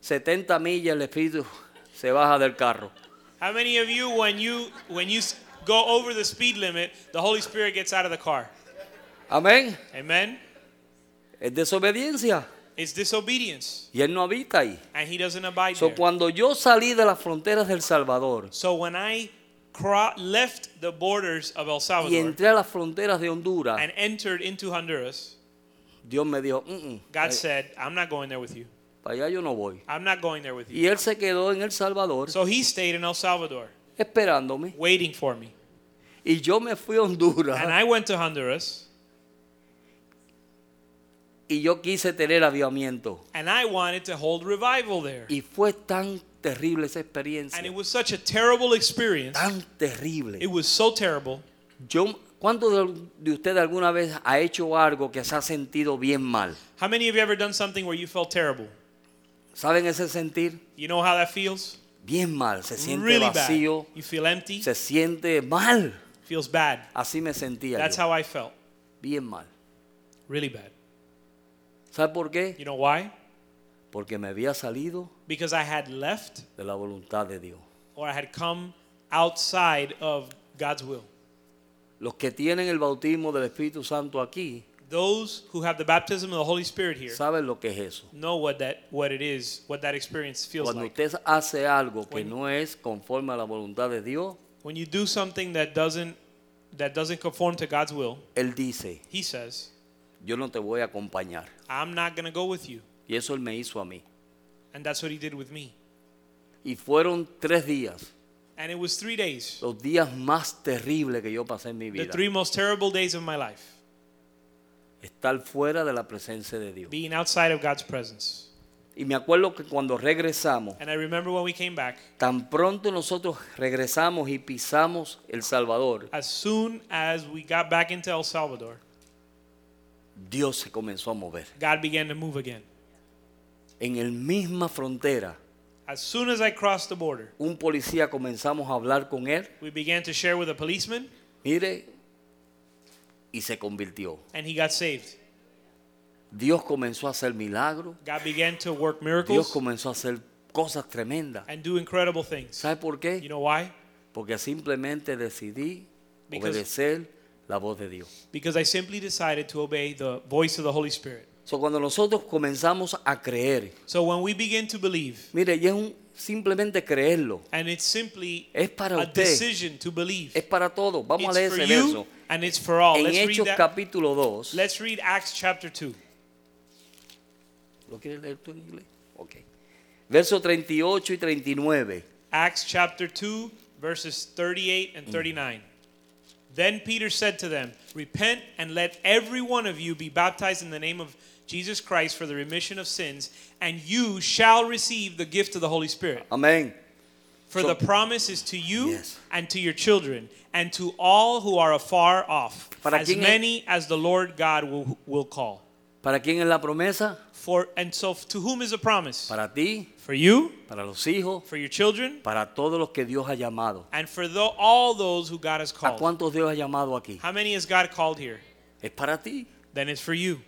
B: 70 millas el Espíritu se baja del carro?
C: How many of you, when you when you s- go over the speed limit, the Holy Spirit gets out of the car?
B: Amén.
C: Amen.
B: Es desobediencia.
C: It's disobedience,
B: Y Él no habita ahí.
C: and he doesn't abide
B: So,
C: there.
B: cuando yo salí de las fronteras del Salvador
C: so when I cro- left the borders of El
B: y
C: Salvador
B: entré a las fronteras de Honduras,
C: and entered into Honduras,
B: Dios me dijo, "Mm, mm,
C: God said, "I'm not going there with you.
B: para allá yo no voy.
C: I'm not going there with you."
B: Y Él se quedó en El Salvador
C: So he stayed in El Salvador,
B: esperándome.
C: waiting for me,
B: Y yo me fui a
C: and
B: Honduras
C: I went to Honduras,
B: y yo quise tener avivamiento.
C: and I wanted to hold revival there,
B: Y fue tan terrible esa experiencia.
C: and it was such a terrible experience.
B: Tan
C: It
B: terrible.
C: was so terrible.
B: Yo, ¿Cuánto de, de ustedes alguna vez ha hecho algo que se ha sentido bien mal?
C: How many of you ever done something where you felt terrible?
B: ¿Saben ese sentir?
C: You know how that feels?
B: Bien mal. Se siente
C: Really bad.
B: vacío.
C: You feel empty.
B: Se siente mal.
C: Feels bad.
B: Así me sentía
C: That's
B: yo,
C: how I felt.
B: bien mal.
C: Really bad.
B: ¿Sabe por qué?
C: You know why?
B: Porque me había salido
C: Because I had left
B: de la voluntad de Dios.
C: or I had come outside of God's will.
B: Los que tienen el bautismo del Espíritu Santo aquí
C: Those who have the baptism of the Holy Spirit here
B: saben lo que es eso.
C: know what that what it is, what that experience feels
B: Cuando
C: like.
B: usted hace algo que
C: When-
B: no es conforme a la voluntad de Dios,
C: When you do something that doesn't that doesn't conform to God's will,
B: Él dice,
C: he says,
B: yo no te voy a acompañar.
C: "I'm not going to go with you."
B: Y eso Él me hizo a mí.
C: And that's what he did with me.
B: Y fueron tres días,
C: And it was 3 days.
B: los días más terribles que yo pasé en mi
C: The
B: vida.
C: three most terrible days of my life,
B: Estar fuera de la presencia de Dios.
C: being outside of God's presence.
B: Y me acuerdo que cuando regresamos,
C: And I remember when we came back,
B: Tan pronto nosotros regresamos y pisamos El Salvador,
C: as soon as we got back into El Salvador,
B: Dios se comenzó a mover.
C: God began to move again.
B: En el misma frontera,
C: As soon as I crossed the border,
B: un policía comenzamos a hablar con él.
C: we began to share with a policeman.
B: Mire, y se convirtió.
C: and he got saved.
B: Dios comenzó a hacer milagros.
C: God began to work
B: Dios
C: miracles
B: comenzó a hacer cosas tremendas.
C: and do incredible things.
B: ¿Sabe por
C: You
B: qué?
C: know why?
B: Porque simplemente decidí
C: Because-
B: obedecer la voz de Dios.
C: Because I simply decided to obey the voice of the Holy Spirit.
B: So, cuando nosotros comenzamos a creer,
C: So when we begin to believe,
B: mire, y es un, simplemente creerlo.
C: and it's simply
B: Es para
C: a
B: usted.
C: decision to believe.
B: Es para todos. Vamos a
C: It's
B: leer
C: for
B: ese
C: you
B: verso.
C: and it's for all.
B: En
C: Let's read
B: Hechos
C: that.
B: capítulo 2.
C: Let's read Acts chapter 2.
B: ¿Lo quieres leer tú en inglés? Ok. Verso 38 y 39.
C: Acts chapter 2, verses 38 and 39. Then Peter said to them, Repent and let every one of you be baptized in the name of Jesus Christ for the remission of sins, and you shall receive the gift of the Holy Spirit.
B: Amén.
C: For
B: So-
C: the promise is to you
B: Yes.
C: and to your children and to all who are afar off,
B: Para
C: as
B: quién es-
C: many as the Lord God will, will call.
B: ¿Para quién es la promesa?
C: For and so to whom is the promise?
B: Para ti,
C: For you,
B: para los hijos,
C: for your children,
B: para todos los que Dios ha llamado.
C: and for tho- all those who God has
B: ¿A
C: called.
B: cuántos Dios ha llamado aquí?
C: How many has God called here?
B: Es para ti.
C: Then it's for you.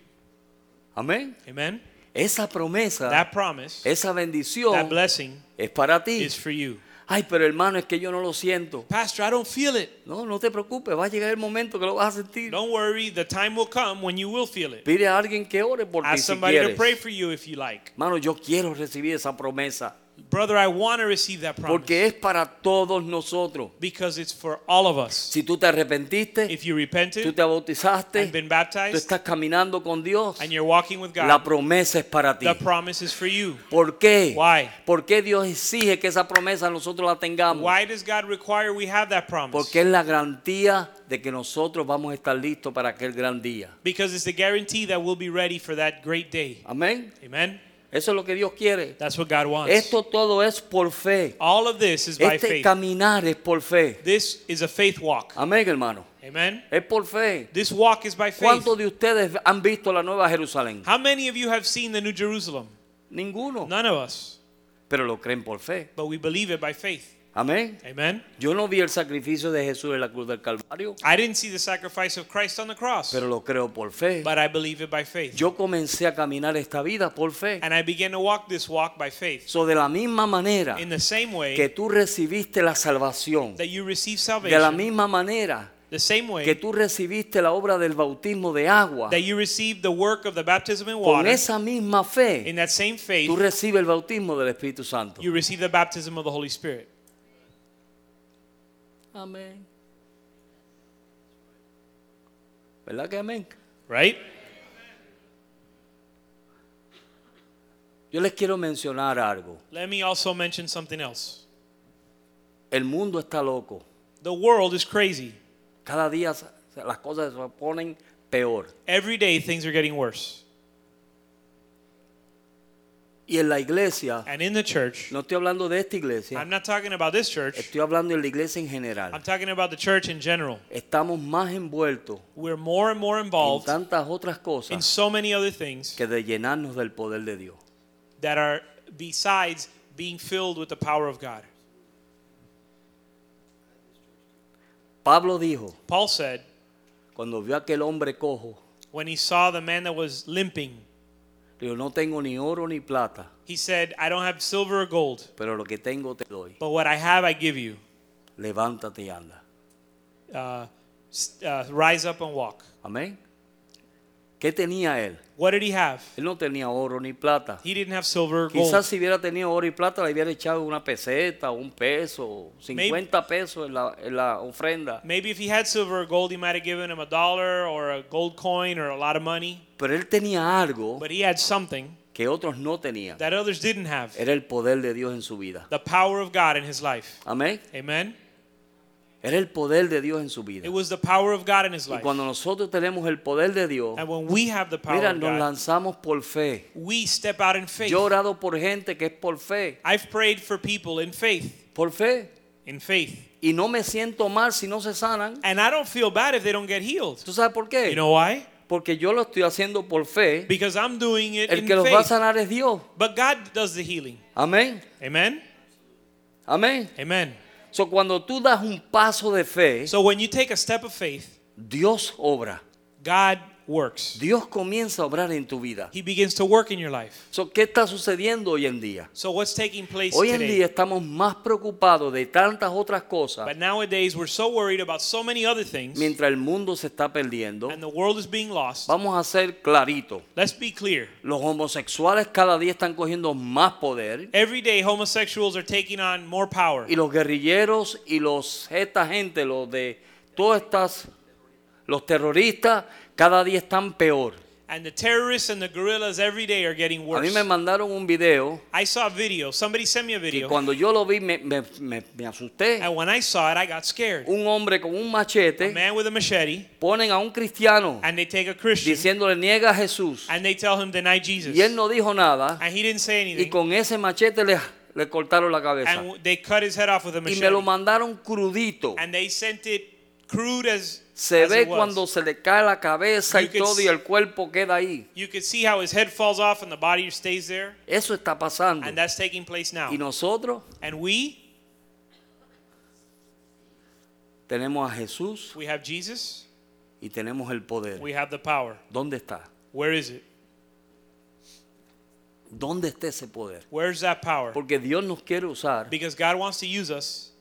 B: Amén.
C: Amen.
B: Esa promesa,
C: That promise,
B: esa
C: that
B: bendición
C: blessing
B: es para ti.
C: is for you.
B: Ay, pero hermano, es que yo no lo siento.
C: Pastor, I don't feel it.
B: No, no te preocupes, va a llegar el momento que lo vas a sentir.
C: Don't worry, the time will come when you will feel it.
B: Pide a alguien que ore por ti
C: Ask
B: si
C: somebody to
B: quieres.
C: pray for you if you like.
B: Hermano, yo quiero recibir esa promesa
C: Brother, I want to receive that promise
B: porque es para todos nosotros.
C: because it's for all of us.
B: Si tú te arrepentiste,
C: If you
B: tú
C: repented
B: te bautizaste,
C: and been
B: tú
C: baptized
B: estás caminando con Dios,
C: and you're walking with
B: la
C: God,
B: promesa es para ti.
C: the promise is for you.
B: ¿Por qué?
C: Why?
B: ¿Por qué Dios exige que esa promesa nosotros la tengamos?
C: Why does God require we have that promise?
B: Porque es la garantía de que nosotros vamos a estar listos para aquel gran día.
C: Because it's the guarantee that we'll be ready for that great day.
B: Amén.
C: Amen.
B: Eso es lo que Dios quiere.
C: That's what God wants.
B: Esto todo es por fe.
C: All of this is by
B: Este
C: faith.
B: caminar es por fe.
C: This is a faith walk.
B: Amén, hermano.
C: Amen.
B: Es por fe.
C: This walk is by faith.
B: ¿Cuántos de ustedes han visto la Nueva Jerusalén?
C: How many of you have seen the New Jerusalem?
B: Ninguno.
C: None of us,
B: Pero lo creen por fe.
C: but we believe it by faith.
B: Amén.
C: Amen.
B: Yo no vi el sacrificio de Jesús en la cruz del Calvario,
C: I didn't see the sacrifice of Christ on the cross,
B: pero lo creo por fe.
C: but I believe it by faith.
B: Yo comencé a caminar esta vida por fe.
C: And I began to walk this walk by faith.
B: So, de la misma manera
C: In the same
B: que
C: way
B: tú recibiste la salvación,
C: that you receive
B: de la
C: salvation,
B: misma manera
C: the same
B: que
C: way
B: tú recibiste la obra del bautismo de agua,
C: that you receive the work of the baptism in
B: con
C: water,
B: esa misma
C: in
B: fe,
C: that same
B: tú
C: faith,
B: recibes el bautismo del Espíritu Santo.
C: you receive the baptism of the Holy Spirit.
B: Amén. ¿Verdad que amén?
C: Right?
B: Yo les quiero mencionar algo.
C: Let me also mention something else.
B: El mundo está loco.
C: The world is crazy.
B: Cada día se- las cosas se ponen peor.
C: Every day things are getting worse.
B: Y en la iglesia,
C: And in the church,
B: no estoy hablando de esta iglesia,
C: I'm not talking about this church.
B: estoy hablando de la iglesia en
C: I'm
B: general.
C: talking about the church in general.
B: Estamos más envueltos
C: We're more and more
B: en
C: involved
B: tantas otras
C: in
B: cosas
C: so many other things
B: que de llenarnos del poder de Dios.
C: that are besides being filled with the power of God.
B: Pablo dijo,
C: Paul said,
B: cuando vio a aquel hombre cojo,
C: when he saw the man that was limping,
B: dijo, no tengo ni oro ni plata,
C: he said, I don't have silver or gold,
B: pero lo que tengo te doy.
C: but what I have I give you.
B: Levántate y anda.
C: Uh, s- uh, rise up and walk.
B: Amén. ¿Qué tenía él?
C: What did he have?
B: Él no tenía oro ni plata.
C: He didn't have silver or gold.
B: Quizás si hubiera tenido oro y plata le hubiera echado una peseta, un peso, 50 pesos en la, en la ofrenda.
C: Maybe if he had silver or gold, he might have given him a dollar or a gold coin or a lot of money.
B: Pero él tenía algo
C: But he had something
B: que otros no tenían.
C: that others didn't have
B: Era el poder de Dios en su vida.
C: the power of God in his life.
B: Amén.
C: Amen.
B: Era el poder de Dios en su vida.
C: It was the power of God in his
B: Y
C: life.
B: cuando
C: And
B: nosotros tenemos el poder de Dios,
C: when we have the power
B: mira,
C: of
B: nos
C: God,
B: lanzamos por fe.
C: we step out in faith.
B: Yo he orado por gente que es por fe,
C: I've prayed for people in faith,
B: por fe.
C: in faith.
B: Y no me siento mal si no se sanan.
C: And I don't feel bad if they don't get healed.
B: ¿Tú sabes por qué?
C: You know why?
B: Porque yo lo estoy haciendo por fe.
C: Because I'm doing it
B: El
C: in
B: que los va a
C: faith.
B: sanar es Dios.
C: But God does the healing.
B: Amén.
C: Amen.
B: Amén.
C: Amen.
B: So, cuando tú das un paso de fe,
C: So when you take a step of faith,
B: Dios obra.
C: God works.
B: Dios comienza a obrar en tu vida.
C: He begins to work in your life.
B: So, ¿Qué está sucediendo hoy en día?
C: So what's taking place
B: Hoy en
C: today?
B: día estamos más preocupados de tantas otras cosas
C: But nowadays we're so worried about so many other things
B: mientras el mundo se está perdiendo.
C: and the world is being lost.
B: Vamos a ser claritos.
C: Let's be clear.
B: Los homosexuales cada día están cogiendo más poder
C: Every day homosexuals are taking on more power.
B: y los guerrilleros y los esta gente, los de todas estas, los terroristas cada día están peor.
C: And the terrorists and the guerrillas every day are getting
B: A mí
C: worse.
B: me mandaron un video
C: I saw a video. Somebody sent me a
B: y
C: video.
B: cuando yo lo vi me, me- me- me asusté.
C: And when I saw it, I got scared.
B: Un hombre con un
C: A
B: machete
C: man with a machete,
B: ponen a un cristiano
C: and they take a Christian,
B: diciéndole niega a Jesús
C: and they tell him, deny Jesus.
B: y él no dijo nada
C: And he didn't say
B: y
C: anything.
B: con ese machete le, le cortaron la cabeza
C: And they cut his head off with a
B: y me lo
C: machete.
B: mandaron crudito.
C: And they sent it crude as,
B: Se
C: as
B: ve
C: it was.
B: cuando se le cae la cabeza y
C: You can
B: todo y
C: s-
B: el cuerpo queda ahí.
C: You could see how his head falls off and the body stays there.
B: Eso está pasando.
C: And that's taking place now.
B: Y nosotros
C: And we,
B: tenemos a Jesús
C: we have Jesus.
B: y tenemos el poder.
C: We have the power.
B: ¿Dónde está?
C: Where is it?
B: ¿Dónde está ese poder?
C: Where's that power?
B: Porque Dios nos quiere usar.
C: Because God wants to use us.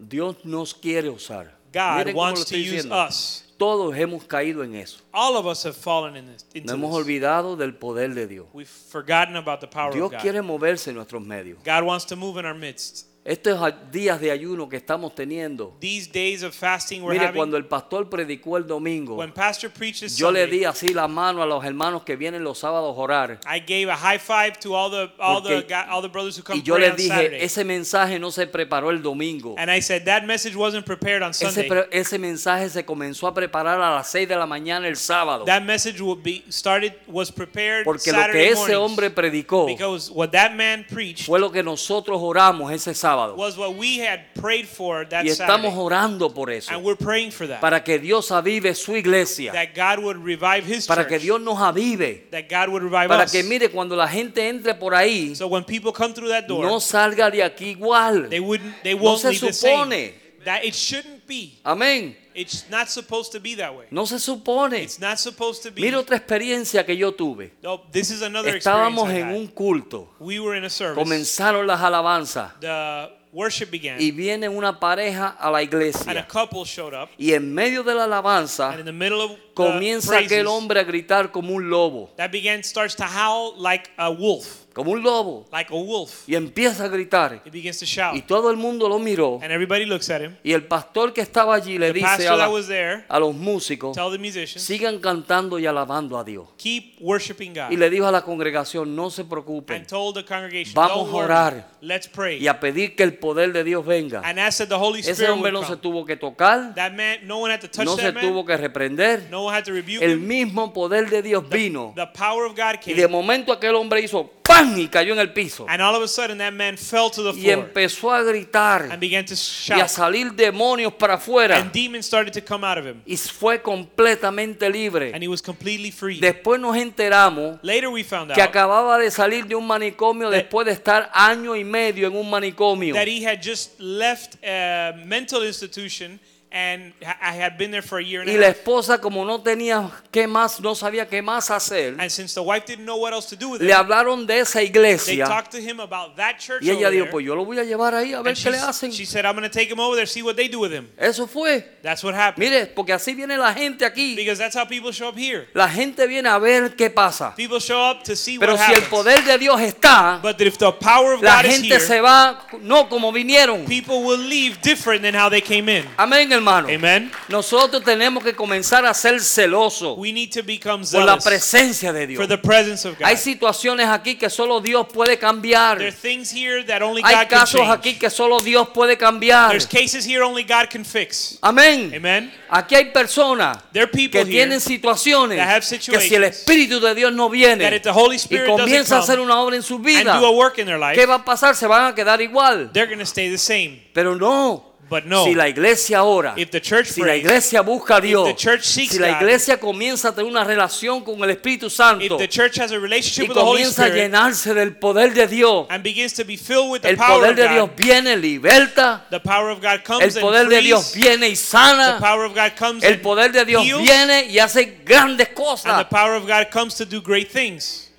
B: Dios nos quiere usar.
C: God
B: Miren cómo lo
C: wants to
B: estoy
C: use
B: diciendo.
C: us.
B: Todos hemos caído en eso.
C: All of us have fallen in this, into
B: Nos hemos
C: this.
B: olvidado del poder de Dios.
C: We've forgotten about the power
B: Dios
C: of God.
B: quiere moverse en nuestros medios.
C: God wants to move in our midst.
B: Estos a- días de ayuno que estamos teniendo.
C: These days of fasting we're
B: Mire,
C: having,
B: cuando el pastor predicó el domingo,
C: when Pastor preached this
B: yo le
C: Sunday,
B: di así la mano a los hermanos que vienen los sábados a orar.
C: I gave a high five to all the all the
B: Porque-
C: guy- all the brothers who come
B: Y yo
C: pray
B: les
C: on
B: dije,
C: Saturday.
B: ese mensaje no se preparó el domingo.
C: and I said that message wasn't prepared on
B: Ese,
C: Sunday.
B: pre- ese mensaje se comenzó a preparar a las 6 de la mañana el sábado.
C: that message will be started was prepared
B: Porque lo
C: Saturday
B: que ese
C: mornings.
B: hombre predicó
C: because what that man preached
B: fue lo que nosotros oramos ese sábado.
C: was what we had prayed for that
B: Y
C: Saturday.
B: estamos orando por eso.
C: and we're praying for that.
B: Para que Dios avive su iglesia.
C: that God would revive his
B: Para
C: church.
B: que Dios nos avive.
C: that God would revive
B: Para
C: us.
B: que mire, cuando la gente entre por ahí,
C: so when people come through that door,
B: no salga de aquí igual.
C: They wouldn't. They
B: No
C: won't
B: se
C: leave the same.
B: supone.
C: That it shouldn't be.
B: Amén.
C: It's not supposed to be that way.
B: No se supone.
C: It's not supposed to be.
B: Mira otra experiencia que yo tuve.
C: No, this is another
B: Estábamos en
C: experience.
B: un culto.
C: I had. We were in a service.
B: Comenzaron las alabanzas.
C: The worship began,
B: y viene una pareja a la
C: and a
B: iglesia
C: couple showed up,
B: y en medio de la alabanza
C: and in the middle of the
B: Ah. comienza
C: praises,
B: aquel hombre a gritar como un lobo,
C: that began starts to howl like a wolf,
B: como un lobo
C: like a wolf.
B: y empieza a gritar
C: He begins to shout,
B: y todo el mundo lo miró
C: and everybody looks at him.
B: y el pastor que estaba allí le
C: The
B: dice
C: pastor
B: a, la-
C: that was there
B: a los músicos
C: tell the musicians,
B: sigan cantando y alabando a Dios
C: keep worshiping God,
B: y le dijo a la congregación no se
C: Ah. and
B: preocupen
C: told the congregation,
B: Vamos
C: don't
B: a
C: worry,
B: orar.
C: let's pray,
B: y a pedir que el poder de Dios venga
C: and asked that the Holy
B: ese
C: Spirit
B: hombre
C: would
B: no
C: come.
B: se tuvo que tocar
C: That man, no one had to touch
B: no se
C: that man.
B: tuvo que reprender
C: no one had to rebuke
B: el
C: him.
B: mismo poder de Dios vino
C: The power of God
B: Y
C: came,
B: de momento aquel hombre hizo ¡pam! y cayó en el piso.
C: and all of a sudden that man fell to the
B: Y
C: floor
B: empezó a
C: and
B: gritar
C: began to
B: y a
C: shout,
B: salir demonios para afuera.
C: and demons started to come out of him,
B: Y fue completamente libre.
C: and he was completely free.
B: Después nos enteramos
C: Later we found
B: que
C: out
B: acababa de salir de un manicomio
C: That-
B: después de estar año y medio en un manicomio.
C: that he had just left a mental institution, and ha- I had been there for a year and
B: Y
C: a
B: la
C: half.
B: esposa, como no tenía qué más, no sabía qué más hacer,
C: And since the wife didn't know what else to do with
B: le
C: him,
B: hablaron de esa
C: they
B: iglesia.
C: talked to him about that church
B: Y ella
C: over
B: dijo,
C: there,
B: pues yo lo voy a llevar ahí a ver
C: and
B: qué le
C: she's-
B: hacen.
C: she said, "I'm going to take him over there, see what they do with him."
B: Eso fue.
C: That's what happened.
B: Mire, porque así viene la gente aquí.
C: Because that's how people show up here.
B: La gente viene a ver qué pasa.
C: People show up to see
B: Pero
C: what
B: si el
C: happens.
B: poder de Dios está,
C: but if the power of
B: la
C: God is
B: gente
C: here,
B: se va no como vinieron.
C: people will leave different than how they came in.
B: Amén, hermano.
C: Amen.
B: Nosotros tenemos que comenzar a ser celosos
C: We need to become
B: por la
C: zealous
B: presencia de Dios.
C: for the presence of God.
B: Hay situaciones aquí que solo Dios puede cambiar.
C: there are things here that only
B: Hay
C: God can
B: casos
C: change.
B: aquí que solo Dios puede cambiar.
C: There's cases here only God can fix.
B: Amén.
C: Amen.
B: Aquí hay personas
C: There are people
B: que
C: here
B: tienen situaciones
C: that have
B: que si el
C: situations
B: Espíritu de Dios no
C: that
B: viene
C: if the Holy
B: y
C: Spirit doesn't
B: comienza a hacer
C: come
B: una obra en su
C: and
B: vida,
C: do a work in their life,
B: ¿Qué va a pasar? Se van a quedar igual.
C: they're going to stay the same.
B: Pero no,
C: But no.
B: Si la iglesia ora,
C: If the church
B: si la
C: prays,
B: iglesia busca a Dios,
C: the church seeks
B: si la
C: God,
B: iglesia comienza a tener una relación con el Espíritu Santo
C: If the church has a
B: y
C: relationship with the Holy
B: comienza a
C: Spirit
B: llenarse del poder de Dios,
C: and begins to be filled with the
B: el
C: power
B: poder
C: of
B: de Dios
C: God,
B: viene, liberta,
C: the power of God
B: el
C: comes
B: poder
C: and
B: de Dios
C: frees.
B: viene y
C: The
B: sana,
C: power of God comes
B: el
C: and
B: poder de Dios
C: heals.
B: viene y hace grandes
C: And
B: cosas.
C: the power of God comes to do great things.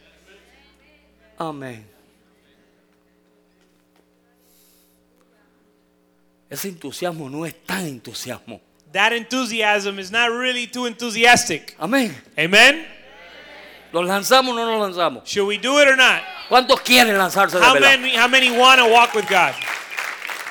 B: Amén. Ese entusiasmo no es tan entusiasmo.
C: That enthusiasm is not really too enthusiastic.
B: Amén.
C: Amen?
B: ¿Los lanzamos o no los lanzamos?
C: Should we do it or not?
B: ¿Cuántos quieren lanzarse de
C: How
B: verdad?
C: many, how many want to walk with God?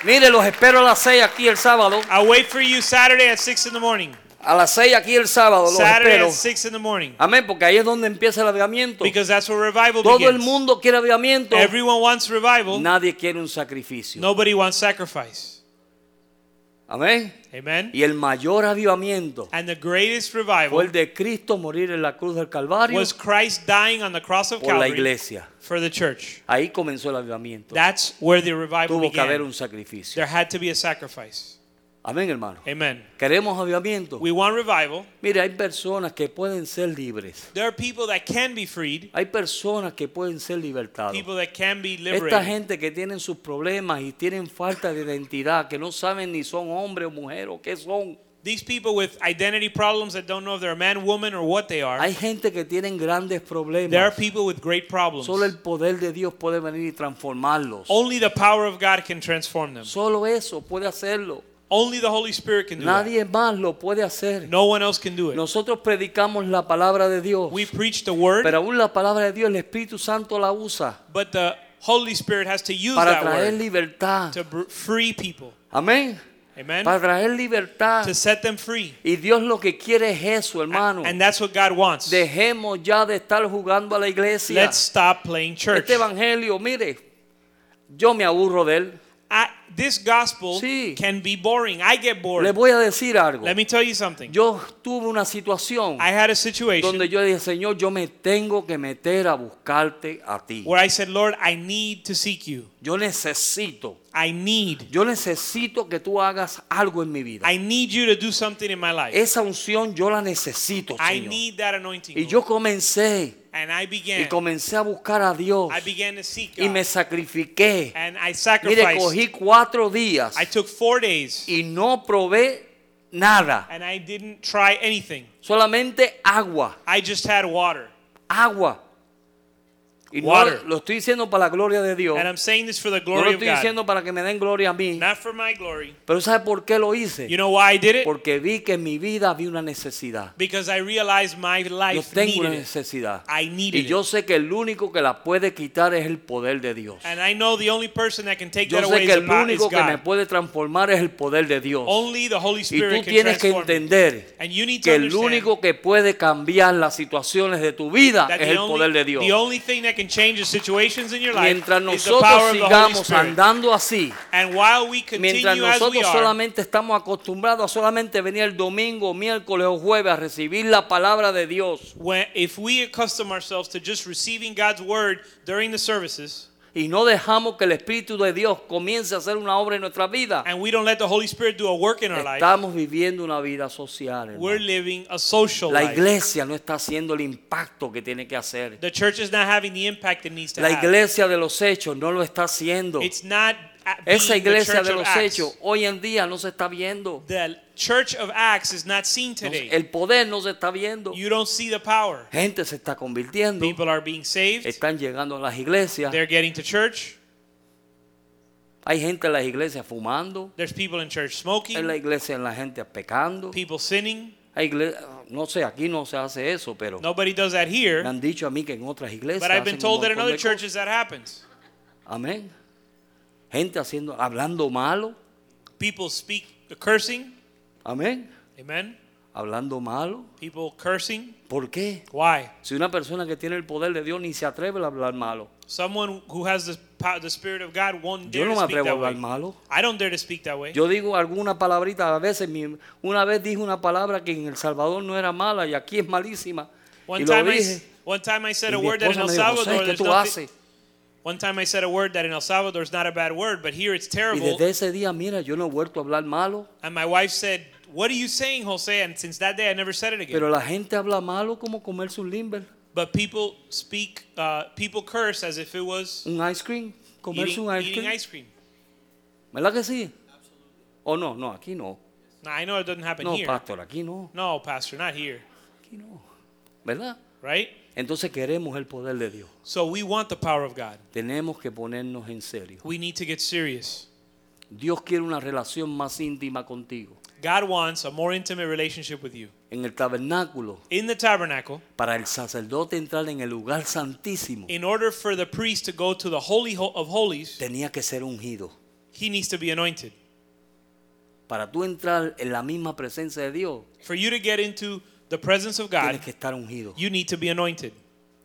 B: Mire, los espero a las 6 aquí el sábado.
C: I'll wait for you Saturday at 6 in the morning.
B: A las 6 aquí el sábado los Ah,
C: Saturday
B: espero.
C: at 6 in the morning.
B: Amén, porque ahí es donde empieza el avivamiento.
C: Because that's where revival
B: Todo el
C: begins.
B: mundo quiere avivamiento.
C: Everyone wants revival.
B: Nadie quiere un sacrificio.
C: Nobody wants sacrifice.
B: Amén.
C: Amen?
B: Y el mayor avivamiento
C: And the greatest
B: fue
C: revival
B: el de Cristo morir en la cruz del Calvario
C: was Christ dying on the cross of
B: por la
C: Calvary
B: iglesia.
C: for the church.
B: Ahí comenzó el avivamiento.
C: That's where the revival
B: Tuvo que haber
C: began.
B: un sacrificio.
C: There had to be a sacrifice.
B: Amén, hermano.
C: Amen.
B: Queremos avivamiento.
C: We want revival.
B: Mire, hay personas que pueden ser libres.
C: There are people that can be freed,
B: Hay personas que pueden ser libertadas.
C: people that can be
B: Esta
C: liberated.
B: gente que tienen sus problemas y tienen falta de identidad, que no saben ni son hombre o mujer o qué son.
C: These people with identity problems that don't know if they're a man, woman, or what they are.
B: Hay gente que tienen grandes
C: There are
B: problemas.
C: people with great problems.
B: Solo el poder de Dios puede venir y transformarlos.
C: Only the power of God can transform them.
B: Solo eso puede hacerlo.
C: Only the Holy Spirit can do that.
B: Nadie más lo puede hacer.
C: No one else can do it.
B: Nosotros predicamos la palabra de Dios,
C: We preach the word,
B: pero aún la palabra de Dios el Espíritu Santo la usa
C: but the Holy Spirit has to use
B: para
C: that
B: traer
C: word
B: libertad.
C: to br- free people.
B: Amén.
C: Amen?
B: Para traer libertad.
C: To set them free.
B: Y Dios lo que quiere es eso, hermano.
C: And that's what God wants.
B: Dejemos ya de estar jugando a la iglesia.
C: Let's stop playing church.
B: Este evangelio, mire, yo me aburro de él.
C: I, this gospel
B: Sí.
C: can be boring. I get
B: Le
C: bored.
B: voy a decir algo.
C: Let me tell you something.
B: Yo tuve una situación
C: I had a situation
B: donde yo dije, Señor, yo me tengo que meter a buscarte a ti.
C: where I said, Lord, I need to seek you.
B: Yo necesito,
C: I need.
B: yo necesito que tú hagas algo en mi vida.
C: I need you to do something in my life.
B: Esa unción yo la necesito,
C: I
B: Señor.
C: need that anointing.
B: Y
C: Lord.
B: yo comencé
C: and I
B: y
C: began.
B: comencé a buscar a Dios
C: I began to seek
B: y
C: God.
B: me sacrifiqué.
C: and I
B: Mire,
C: sacrificed.
B: cogí cuatro días
C: I took four days
B: y no probé nada,
C: and I didn't try anything.
B: solamente agua,
C: I just had water.
B: agua. Y no-
C: Water.
B: lo estoy diciendo para la gloria de Dios.
C: And I'm saying this for the
B: No lo
C: glory of
B: estoy
C: God.
B: diciendo para que me den gloria a mí.
C: Not for my glory.
B: Pero ¿sabe por qué lo hice?
C: You know why I did it?
B: Porque vi que en mi vida había una necesidad.
C: because I realized my
B: Yo
C: life
B: tengo una
C: needed it.
B: necesidad.
C: I needed
B: Y yo sé que el único que la puede quitar es el poder de Dios.
C: And I know the only person that can take
B: Yo
C: that
B: sé
C: away
B: que
C: is
B: el
C: God. is
B: único que me
C: God.
B: puede transformar es el poder de Dios.
C: Only the Holy
B: Y tú
C: Spirit can
B: tienes que
C: transform. you.
B: entender
C: And you need to
B: que el
C: understand
B: único que puede cambiar las situaciones de tu vida
C: that
B: es
C: the
B: el
C: only,
B: poder de Dios.
C: the only thing that can change the situations in your life
B: Mientras
C: is the power
B: nosotros
C: of the Holy
B: sigamos
C: Spirit.
B: andando así,
C: and while we continue
B: mientras
C: as we
B: nosotros
C: are,
B: solamente estamos acostumbrados a solamente venir el domingo, miércoles o jueves a recibir la palabra de Dios
C: when, if we accustom ourselves to just receiving God's word during the services,
B: y no dejamos que el Espíritu de Dios comience a hacer una obra en nuestra vida,
C: and we don't let the Holy Spirit do a work in our life,
B: estamos viviendo una vida social. hermano.
C: we're living a social
B: La
C: life.
B: iglesia no está haciendo el impacto que tiene que hacer.
C: The church is not having the impact it needs to
B: La
C: have.
B: iglesia de los hechos no lo está haciendo.
C: It's not a- being
B: Esa iglesia
C: the church
B: de
C: of
B: los
C: Acts.
B: hechos hoy en día no se está viendo.
C: The church of Acts is not seen
B: No
C: today.
B: se- el poder no se está viendo.
C: You don't see the power.
B: Gente se está convirtiendo.
C: People are being saved.
B: Están llegando a las iglesias.
C: They're getting to church.
B: Hay gente en las iglesias fumando.
C: There's people in
B: En
C: church
B: la
C: smoking.
B: iglesia en la gente pecando.
C: People sinning.
B: Hay igle- no sé, aquí no se hace eso, pero
C: Nobody does that
B: me
C: here.
B: han dicho a mí que en otras iglesias
C: But I've been
B: hacen un
C: told that in
B: montón de
C: other
B: cosas.
C: churches that happens.
B: Amén. Gente haciendo, hablando malo.
C: People speak cursing.
B: Amén.
C: Amen.
B: Hablando malo.
C: People cursing.
B: ¿Por qué?
C: Why?
B: Si una persona que tiene el poder de Dios ni se atreve a hablar malo.
C: Someone who has the, pow- the Spirit of God won't
B: Yo
C: dare
B: no
C: to
B: me
C: speak
B: atrevo a
C: that
B: hablar
C: way.
B: malo.
C: I don't dare to speak that way.
B: Yo digo alguna palabrita a veces. mi- una vez dije una palabra que en El Salvador no era mala y aquí es malísima.
C: One
B: y lo
C: time, I, s-
B: dije.
C: one time I said
B: y
C: a
B: mi
C: word that in
B: esposa
C: El
B: me dijo, José,
C: Salvador
B: ¿qué
C: there's
B: tú
C: nothing,
B: haces?
C: One time I said a word that in El Salvador is not a bad word, but here it's
B: Y
C: terrible.
B: desde ese día, mira, yo no he vuelto a hablar malo,
C: And my wife said, What are you saying, Jose? And since that day, I never said it again.
B: pero la gente habla malo como comer un limber,
C: but people speak, uh, people curse as if it was
B: un ice cream, comerse
C: eating,
B: un ice
C: eating
B: cream.
C: ice cream.
B: ¿Verdad que sí? O no, no, aquí no.
C: Now, I know it doesn't happen
B: No,
C: here.
B: pastor, aquí no,
C: No, Pastor, not here.
B: aquí no. ¿Verdad?
C: Right?
B: Entonces queremos el poder de Dios.
C: So we want the power of God.
B: Tenemos que ponernos en serio.
C: We need to get serious.
B: Dios quiere una relación más íntima contigo.
C: God wants a more intimate relationship with you.
B: En el tabernáculo,
C: In the tabernacle,
B: para el sacerdote entrar en el lugar santísimo,
C: in order for the priest to go to the Holy Ho- of Holies,
B: tenía que ser ungido.
C: he needs to be anointed.
B: Para tú entrar en la misma presencia de Dios,
C: For you to get into the presence of God,
B: tienes que estar ungido.
C: you need to be anointed.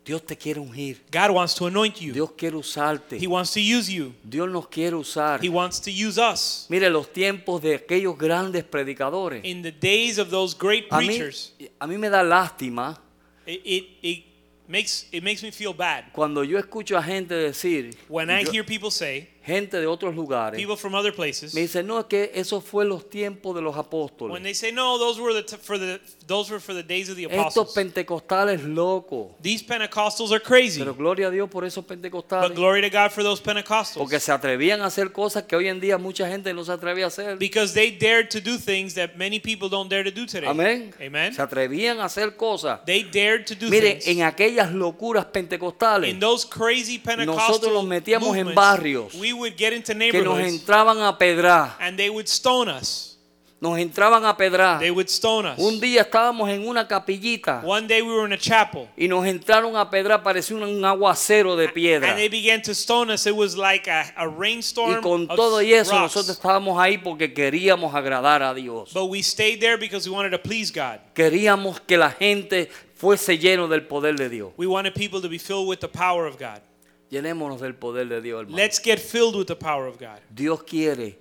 B: Dios te quiere ungir.
C: God wants to anoint you.
B: Dios quiere
C: He
B: usarte.
C: wants to use you.
B: Dios nos quiere usar.
C: He wants to use us.
B: Mire los tiempos de aquellos grandes predicadores.
C: In the days of those great
B: A mí,
C: preachers,
B: a mí me da lástima
C: it, it, it makes it makes me feel bad
B: cuando yo escucho a gente decir,
C: when I
B: yo-
C: hear people say,
B: gente de otros lugares,
C: people from other places,
B: me dicen, no, es que eso fue los tiempos de los
C: when
B: apóstoles.
C: they say, "No, those were the t- for the those were for the days of the
B: Estos
C: apostles."
B: pentecostales locos.
C: These Pentecostals are crazy.
B: Pero gloria a Dios por esos
C: But
B: pentecostales.
C: glory to God for those Pentecostals
B: Porque se atrevían a hacer cosas que hoy en día mucha gente no se atreve a hacer.
C: because they dared to do things that many people don't dare to do today.
B: Amén.
C: Amen.
B: Se atrevían a hacer cosas.
C: They dared to do
B: Mire,
C: things.
B: en aquellas locuras pentecostales
C: in those crazy Pentecostal
B: Nosotros los metíamos en
C: movements,
B: barrios
C: we would get
B: que
C: into
B: nos
C: neighborhoods
B: entraban a pedrar,
C: and they would stone us.
B: nos entraban a pedrar.
C: They would stone us.
B: Un día estábamos en una capillita
C: One day we were in a chapel
B: y nos entraron a pedrar, parecía un- un aguacero de piedra.
C: and they began to stone us. It was like a, a
B: Y
C: rainstorm
B: con
C: of
B: todo y eso
C: rocks.
B: nosotros estábamos ahí porque queríamos agradar a Dios.
C: But we stayed there because we wanted to please God.
B: Queríamos que la gente fuese lleno del poder de Dios.
C: We wanted people to be filled with the power of God.
B: Llenémonos del poder de Dios, hermano.
C: Let's get filled with the power of God.
B: Dios quiere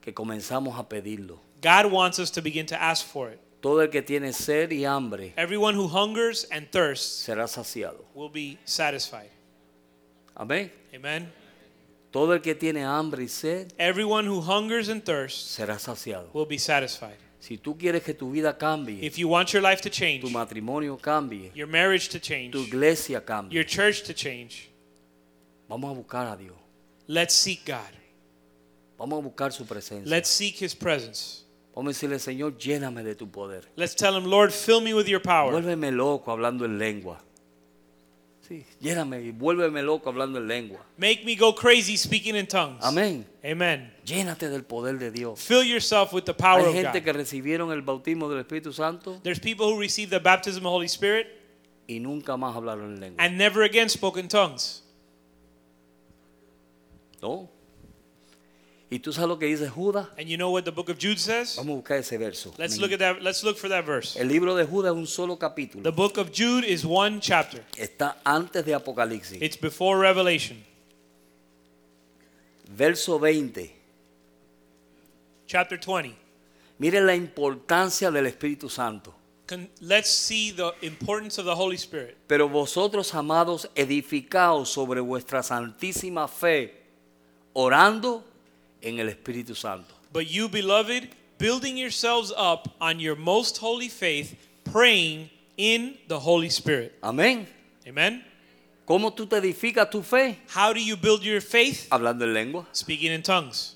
B: que comenzamos a pedirlo.
C: God wants us to begin to ask for it.
B: Todo el que tiene sed y hambre
C: Everyone who hungers and thirsts
B: será saciado.
C: will be satisfied.
B: Amén.
C: Amen.
B: Todo el que tiene hambre y sed
C: Everyone who hungers and thirsts
B: será saciado.
C: will be satisfied.
B: Si tú quieres que tu vida cambie,
C: If you want your life
B: tu
C: to change,
B: matrimonio cambie,
C: your marriage to
B: tu
C: change,
B: iglesia
C: your
B: cambie,
C: church to change,
B: vamos a buscar a Dios.
C: let's seek God.
B: Vamos a buscar su presencia.
C: Let's seek his presence.
B: Vamos a decirle, Señor, lléname de tu poder.
C: Let's tell him, Lord, fill me with your power.
B: Vuélveme loco hablando en lengua. Sí, lléname y vuélveme loco hablando en lengua.
C: Make me go crazy speaking in tongues.
B: Amén.
C: Amen.
B: Llénate del poder de Dios.
C: Fill yourself with the power
B: Hay
C: of
B: gente que
C: God.
B: recibieron el bautismo del Espíritu Santo
C: There's people who receive the baptism of the Holy Spirit
B: y nunca más hablaron en lengua.
C: and never again spoke in tongues.
B: ¿No? ¿Y tú sabes lo que dice Judas?
C: And you know what the book of Jude says?
B: Vamos a buscar ese verso.
C: Let's
B: Me
C: look at that. Let's look for that verse.
B: El libro de Judas es un solo
C: The
B: capítulo.
C: book of Jude is one chapter.
B: Está antes de Apocalipsis.
C: It's before Revelation,
B: Verso 20.
C: chapter 20.
B: Miren la importancia del Espíritu Santo.
C: Con- Let's see the importance of the Holy Spirit.
B: Pero vosotros, amados, edificaos sobre vuestra santísima fe, orando en el Espíritu Santo.
C: But you, beloved, building yourselves up on your most holy faith, praying in the Holy Spirit.
B: Amén.
C: Amen.
B: ¿Cómo tú te edificas tu fe?
C: How do you build your faith?
B: Hablando en lengua.
C: Speaking in tongues.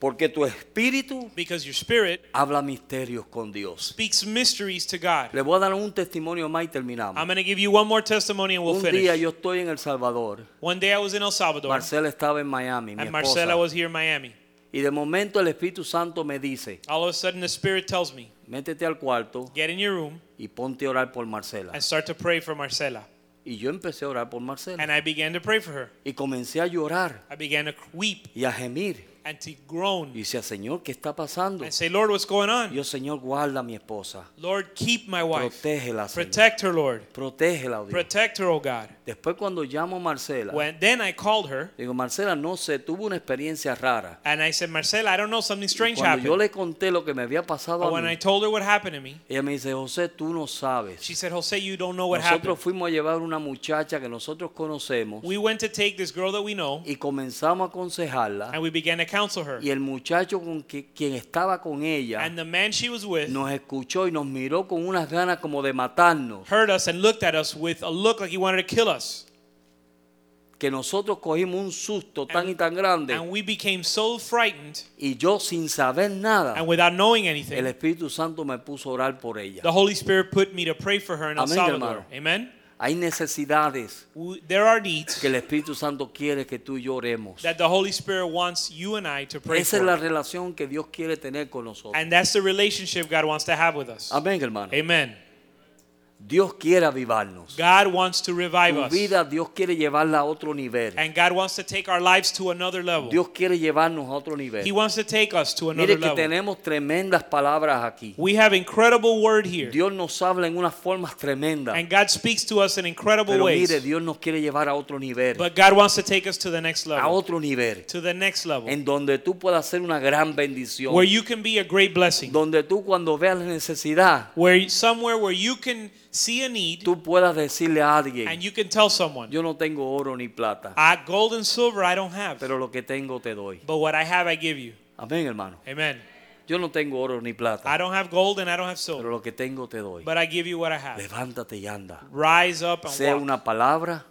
B: Porque tu espíritu
C: Because your spirit
B: habla misterios con Dios.
C: speaks mysteries to God.
B: Le voy a dar un testimonio más y terminamos.
C: I'm going to give you one more testimony and we'll
B: un día
C: finish.
B: yo estoy en El Salvador.
C: One day I was in El Salvador
B: Marcela estaba en Miami, mi
C: and
B: esposa.
C: Marcela was here in Miami.
B: Y de momento el Espíritu Santo me dice,
C: All of a sudden the spirit tells me,
B: métete al cuarto
C: get in your room
B: y ponte a orar por Marcela.
C: and start to pray for Marcela.
B: Y yo empecé a orar por Marcela.
C: And I began to pray for her.
B: Y comencé a llorar
C: I began to weep
B: y a gemir.
C: and to
B: Y
C: groan
B: decía, Señor, ¿qué está pasando?
C: and say, Lord, what's going on?
B: Yo, Señor, guarda a mi esposa.
C: Lord, keep my wife.
B: Protégela, Señor.
C: Protect her, Lord.
B: Protégela, oh Dios.
C: Protect her, oh God.
B: Después cuando llamo a Marcela,
C: When, then I called her
B: digo, Marcela, no sé, tuvo una experiencia rara.
C: and I said, Marcela, I don't know, something strange
B: Cuando yo
C: happened.
B: le conté lo que me había pasado
C: But
B: a
C: when I
B: mí,
C: told her what happened to me,
B: ella me dice, José, tú no sabes.
C: she said, Jose, you don't know what happened.
B: Nosotros fuimos a llevar una muchacha que nosotros conocemos
C: We went to take this girl that we know
B: y comenzamos a aconsejarla
C: and we began to counsel her.
B: y el muchacho con que- quien estaba con ella
C: And the man she was with
B: nos escuchó y nos miró con unas ganas como de matarnos,
C: heard us and looked at us with a look like he wanted to kill us.
B: que nosotros cogimos un susto tan
C: And-
B: y tan grande
C: And we became so frightened
B: y yo sin saber nada,
C: and without knowing
B: el
C: anything,
B: Espíritu Santo me puso a orar por ella.
C: the Holy Spirit put me to pray for her in El
B: Amén,
C: Salvador.
B: hermano.
C: Amen.
B: Hay necesidades
C: We- There are needs
B: que el Espíritu Santo quiere que tú y yo oremos.
C: that the Holy Spirit wants you and I to pray
B: Esa es la
C: for.
B: relación que Dios quiere tener con nosotros.
C: And that's the relationship God wants to have with us.
B: Amén, hermano.
C: Amen.
B: Dios quiere avivarnos.
C: God wants to revive
B: Tu
C: us.
B: vida Dios quiere llevarla a otro nivel.
C: And God wants to take our lives to another level.
B: Dios quiere llevarnos a otro
C: He
B: nivel.
C: wants to take us to another
B: Mire que
C: level.
B: tenemos tremendas palabras aquí.
C: We have incredible word here.
B: Dios nos habla en unas formas tremendas.
C: And God speaks to us in incredible
B: Pero mire,
C: ways.
B: Dios nos quiere llevar a otro nivel.
C: But God wants to take us to the next
B: A
C: level.
B: otro nivel.
C: To the next level.
B: En donde tú puedas ser una gran bendición.
C: Where you can be a great blessing.
B: Donde tú cuando veas la necesidad,
C: Where you- somewhere where you can see a need
B: tú puedas decirle a alguien,
C: and you Ah. can tell someone,
B: yo no tengo oro ni plata,
C: I gold and silver I don't have.
B: pero lo que tengo te doy.
C: But what I have I give you.
B: Amén, hermano.
C: Amen.
B: Yo no tengo oro ni plata,
C: I don't have gold and I don't have
B: pero
C: silver.
B: lo que tengo te doy.
C: But I give you what I have.
B: Levántate y anda.
C: Rise up
B: Sea
C: and walk.
B: una palabra,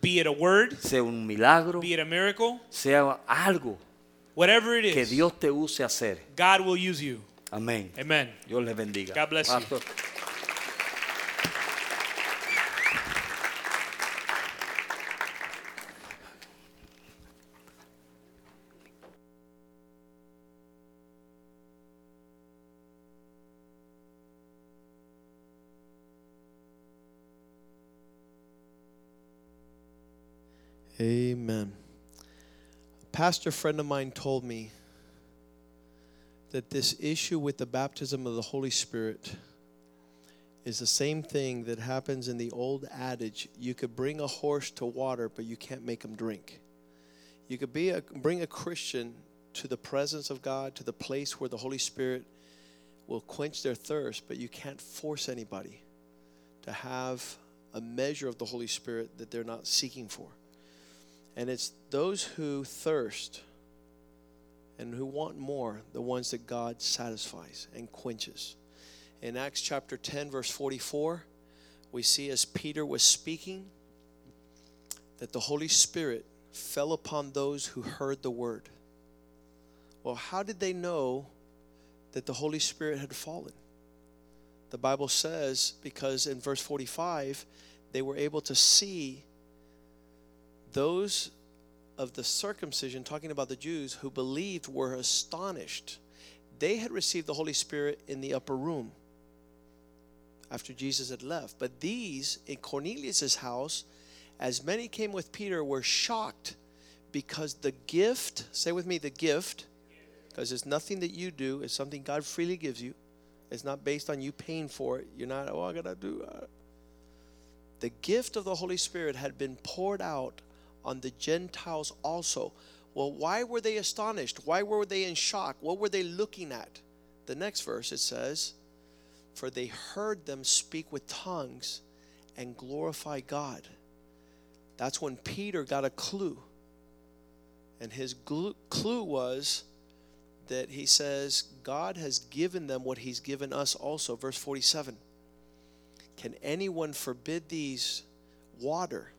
C: Be it a word,
B: sea un milagro,
C: be it a miracle,
B: sea algo
C: whatever it
B: que
C: is.
B: Dios te use a hacer.
C: God will use you.
B: Amén.
C: Amen.
B: Dios les bendiga.
C: God bless you.
B: Pastor.
D: Amen. A pastor friend of mine told me that this issue with the baptism of the Holy Spirit is the same thing that happens in the old adage you could bring a horse to water, but you can't make him drink. You could be a, bring a Christian to the presence of God, to the place where the Holy Spirit will quench their thirst, but you can't force anybody to have a measure of the Holy Spirit that they're not seeking for. And it's those who thirst and who want more, the ones that God satisfies and quenches. In Acts chapter 10, verse 44, we see as Peter was speaking that the Holy Spirit fell upon those who heard the word. Well, how did they know that the Holy Spirit had fallen? The Bible says, because in verse 45, they were able to see those of the circumcision, talking about the Jews who believed, were astonished. They had received the Holy Spirit in the upper room after Jesus had left. But these in Cornelius's house, as many came with Peter, were shocked because the gift, say with me, the gift, because it's nothing that you do, it's something God freely gives you. It's not based on you paying for it. You're not, oh, I gotta do. uh, the gift of the Holy Spirit had been poured out on the Gentiles also. Well, why were they astonished? Why were they in shock? What were they looking at? The next verse it says, For they heard them speak with tongues and glorify God. That's when Peter got a clue. And his glu- clue was that he says, God has given them what he's given us also. Verse 47. Can anyone forbid these water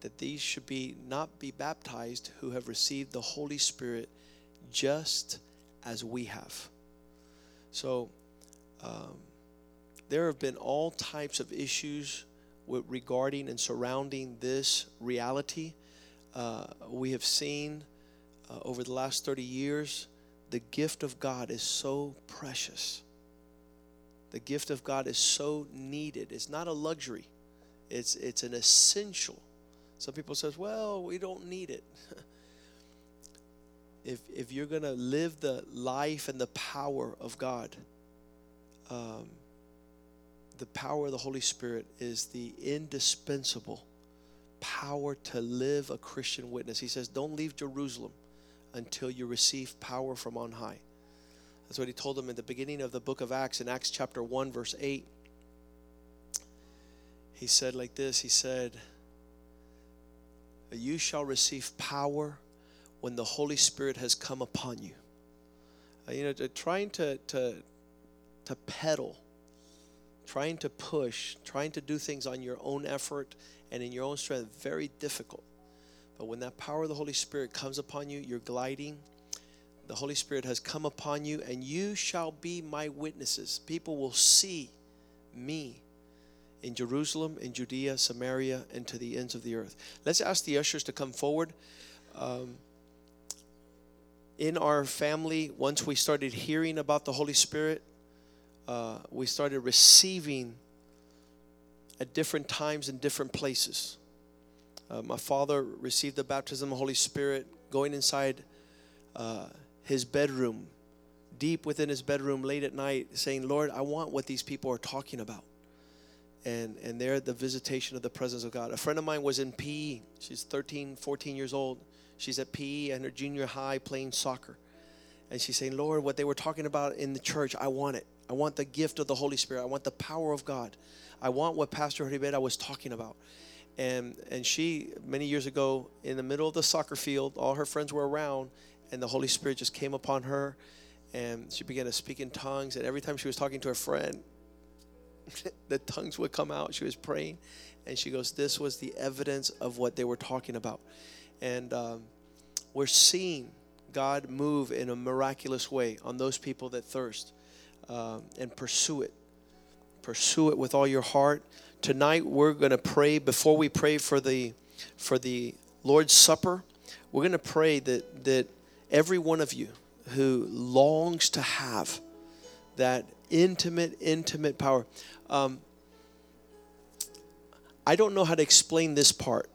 D: that these should be not be baptized who have received the Holy Spirit just as we have? So um, there have been all types of issues with regarding and surrounding this reality. Uh, we have seen uh, over the last 30 years the gift of God is so precious. The gift of God is so needed. It's not a luxury. It's it's an essential. Some people says, "Well, we don't need it." if if you're going to live the life and the power of God, um, the power of the Holy Spirit is the indispensable power to live a Christian witness. He says, Don't leave Jerusalem until you receive power from on high. That's what he told them in the beginning of the book of Acts, in Acts chapter 1, verse 8. He said, like this He said, You shall receive power when the Holy Spirit has come upon you. Uh, you know, to- trying to, to, to pedal trying to push, trying to do things on your own effort and in your own strength, very difficult. But when that power of the Holy Spirit comes upon you, you're gliding. The Holy Spirit has come upon you, and you shall be my witnesses. People will see me in Jerusalem, in Judea, Samaria, and to the ends of the earth. Let's ask the ushers to come forward. Um, in our family, once we started hearing about the Holy Spirit, uh, we started receiving at different times in different places. Uh, my father received the baptism of the Holy Spirit going inside uh, his bedroom, deep within his bedroom, late at night, saying, Lord, I want what these people are talking about. And, and there, the visitation of the presence of God. A friend of mine was in PE. She's 13, 14 years old. She's at PE and her junior high playing soccer. And she's saying, Lord, what they were talking about in the church, I want it. I want the gift of the Holy Spirit. I want the power of God. I want what Pastor Ribera was talking about. And and she many years ago in the middle of the soccer field, all her friends were around, and the Holy Spirit just came upon her, and she began to speak in tongues. And every time she was talking to her friend, the tongues would come out. She was praying, and she goes, "This was the evidence of what they were talking about," and um, we're seeing God move in a miraculous way on those people that thirst um, and pursue it. Pursue it with all your heart. Tonight we're going to pray. Before we pray for the for the Lord's Supper, we're going to pray that that every one of you who longs to have that intimate, intimate power. Um, I don't know how to explain this part,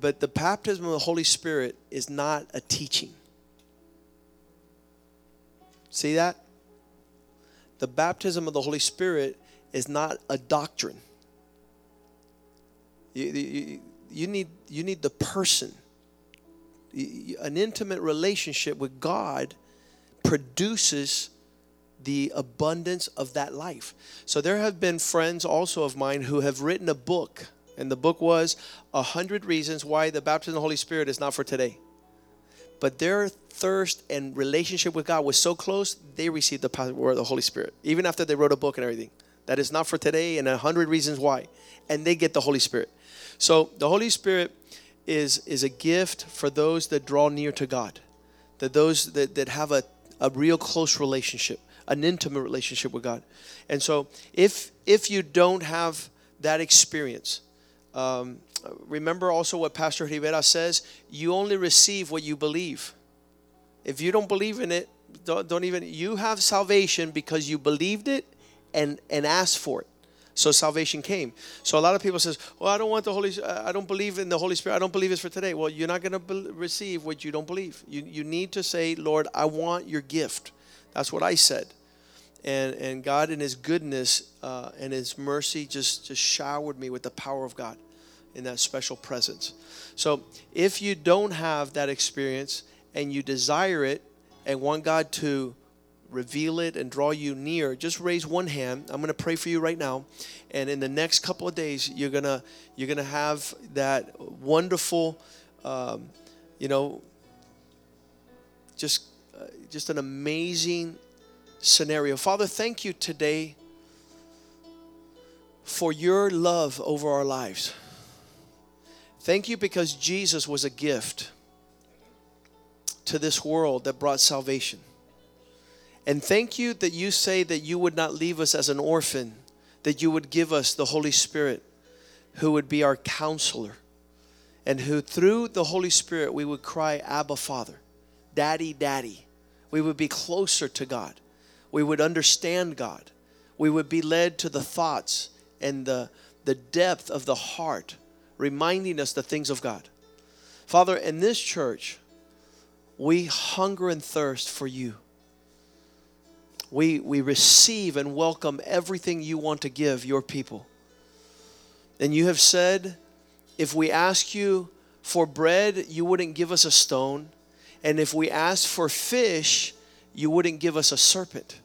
D: but the baptism of the Holy Spirit is not a teaching. See that? The baptism of the Holy Spirit is not a doctrine. You, you, you need, you need the person. You- you- An intimate relationship with God produces the abundance of that life. So there have been friends also of mine who have written a book, and the book was a hundred reasons why the baptism of the Holy Spirit is not for today. But their thirst and relationship with God was so close, they received the power of the Holy Spirit, even after they wrote a book and everything. That is not for today, and a hundred reasons why, and they get the Holy Spirit. So the Holy Spirit is is a gift for those that draw near to God that those that, that have a, a real close relationship an intimate relationship with god and so if if you don't have that experience um, remember also what pastor rivera says you only receive what you believe if you don't believe in it don't, don't even you have salvation because you believed it and and asked for it so salvation came so a lot of people says well i don't want the holy i don't believe in the holy spirit i don't believe it's for today well you're not going to be- receive what you don't believe you you need to say lord i want your gift that's what i said and and god in his goodness uh, and his mercy just just showered me with the power of god in that special presence. So if you don't have that experience and you desire it and want God to reveal it and draw you near, just raise one hand. I'm going to pray for you right now. And in the next couple of days, you're going to you're going to have that wonderful um, you know just uh, just an amazing scenario. Father, thank you today for your love over our lives. Thank you because Jesus was a gift to this world that brought salvation. And thank you that you say that you would not leave us as an orphan, that you would give us the Holy Spirit, who would be our counselor, and who through the Holy Spirit we would cry, Abba, Father, Daddy, Daddy. We would be closer to God. We would understand God. We would be led to the thoughts and the, the depth of the heart, reminding us the things of God. Father, in this church, we hunger and thirst for you. We, we receive and welcome everything you want to give your people. And you have said If we ask you for bread, you wouldn't give us a stone. And if we asked for fish, you wouldn't give us a serpent.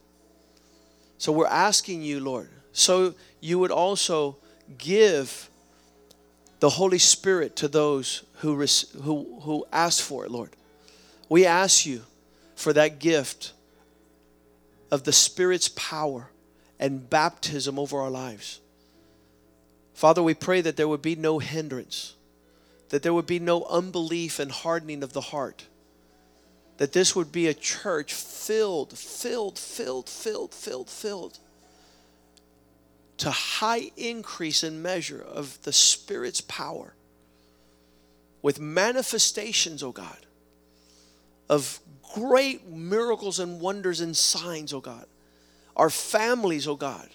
D: So we're asking you, Lord, so you would also give the Holy Spirit to those who, rec- who, who ask for it, Lord. We ask you for that gift of the Spirit's power and baptism over our lives. Father, we pray that there would be no hindrance, that there would be no unbelief and hardening of the heart, that this would be a church filled, filled, filled, filled, filled, filled to high increase and measure of the Spirit's power with manifestations, O God, of great miracles and wonders and signs, oh God. Our families, oh God,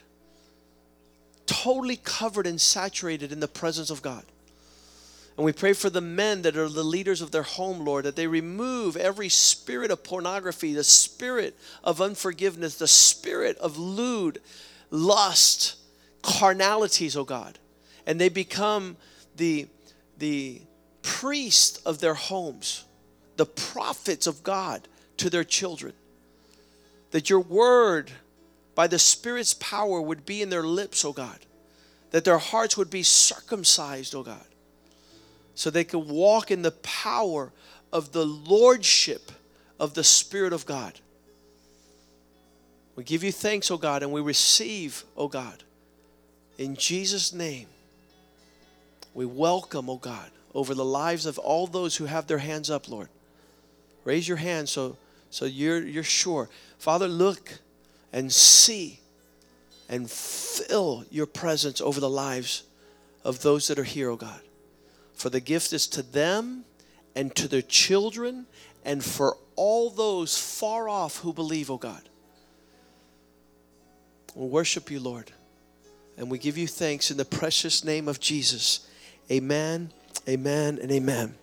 D: totally covered and saturated in the presence of God. And we pray for the men that are the leaders of their home, Lord, that they remove every spirit of pornography, the spirit of unforgiveness, the spirit of lewd, lust, carnalities, oh God. And they become the, the priest of their homes the prophets of God to their children. That your word, by the Spirit's power, would be in their lips, O God. That their hearts would be circumcised, O God. So they could walk in the power of the lordship of the Spirit of God. We give you thanks, O God, and we receive, O God. In Jesus' name, we welcome, O God, over the lives of all those who have their hands up, Lord raise your hand so so you're you're sure father look and see and fill your presence over the lives of those that are here oh god for the gift is to them and to their children and for all those far off who believe oh god we worship you lord and we give you thanks in the precious name of jesus amen amen and amen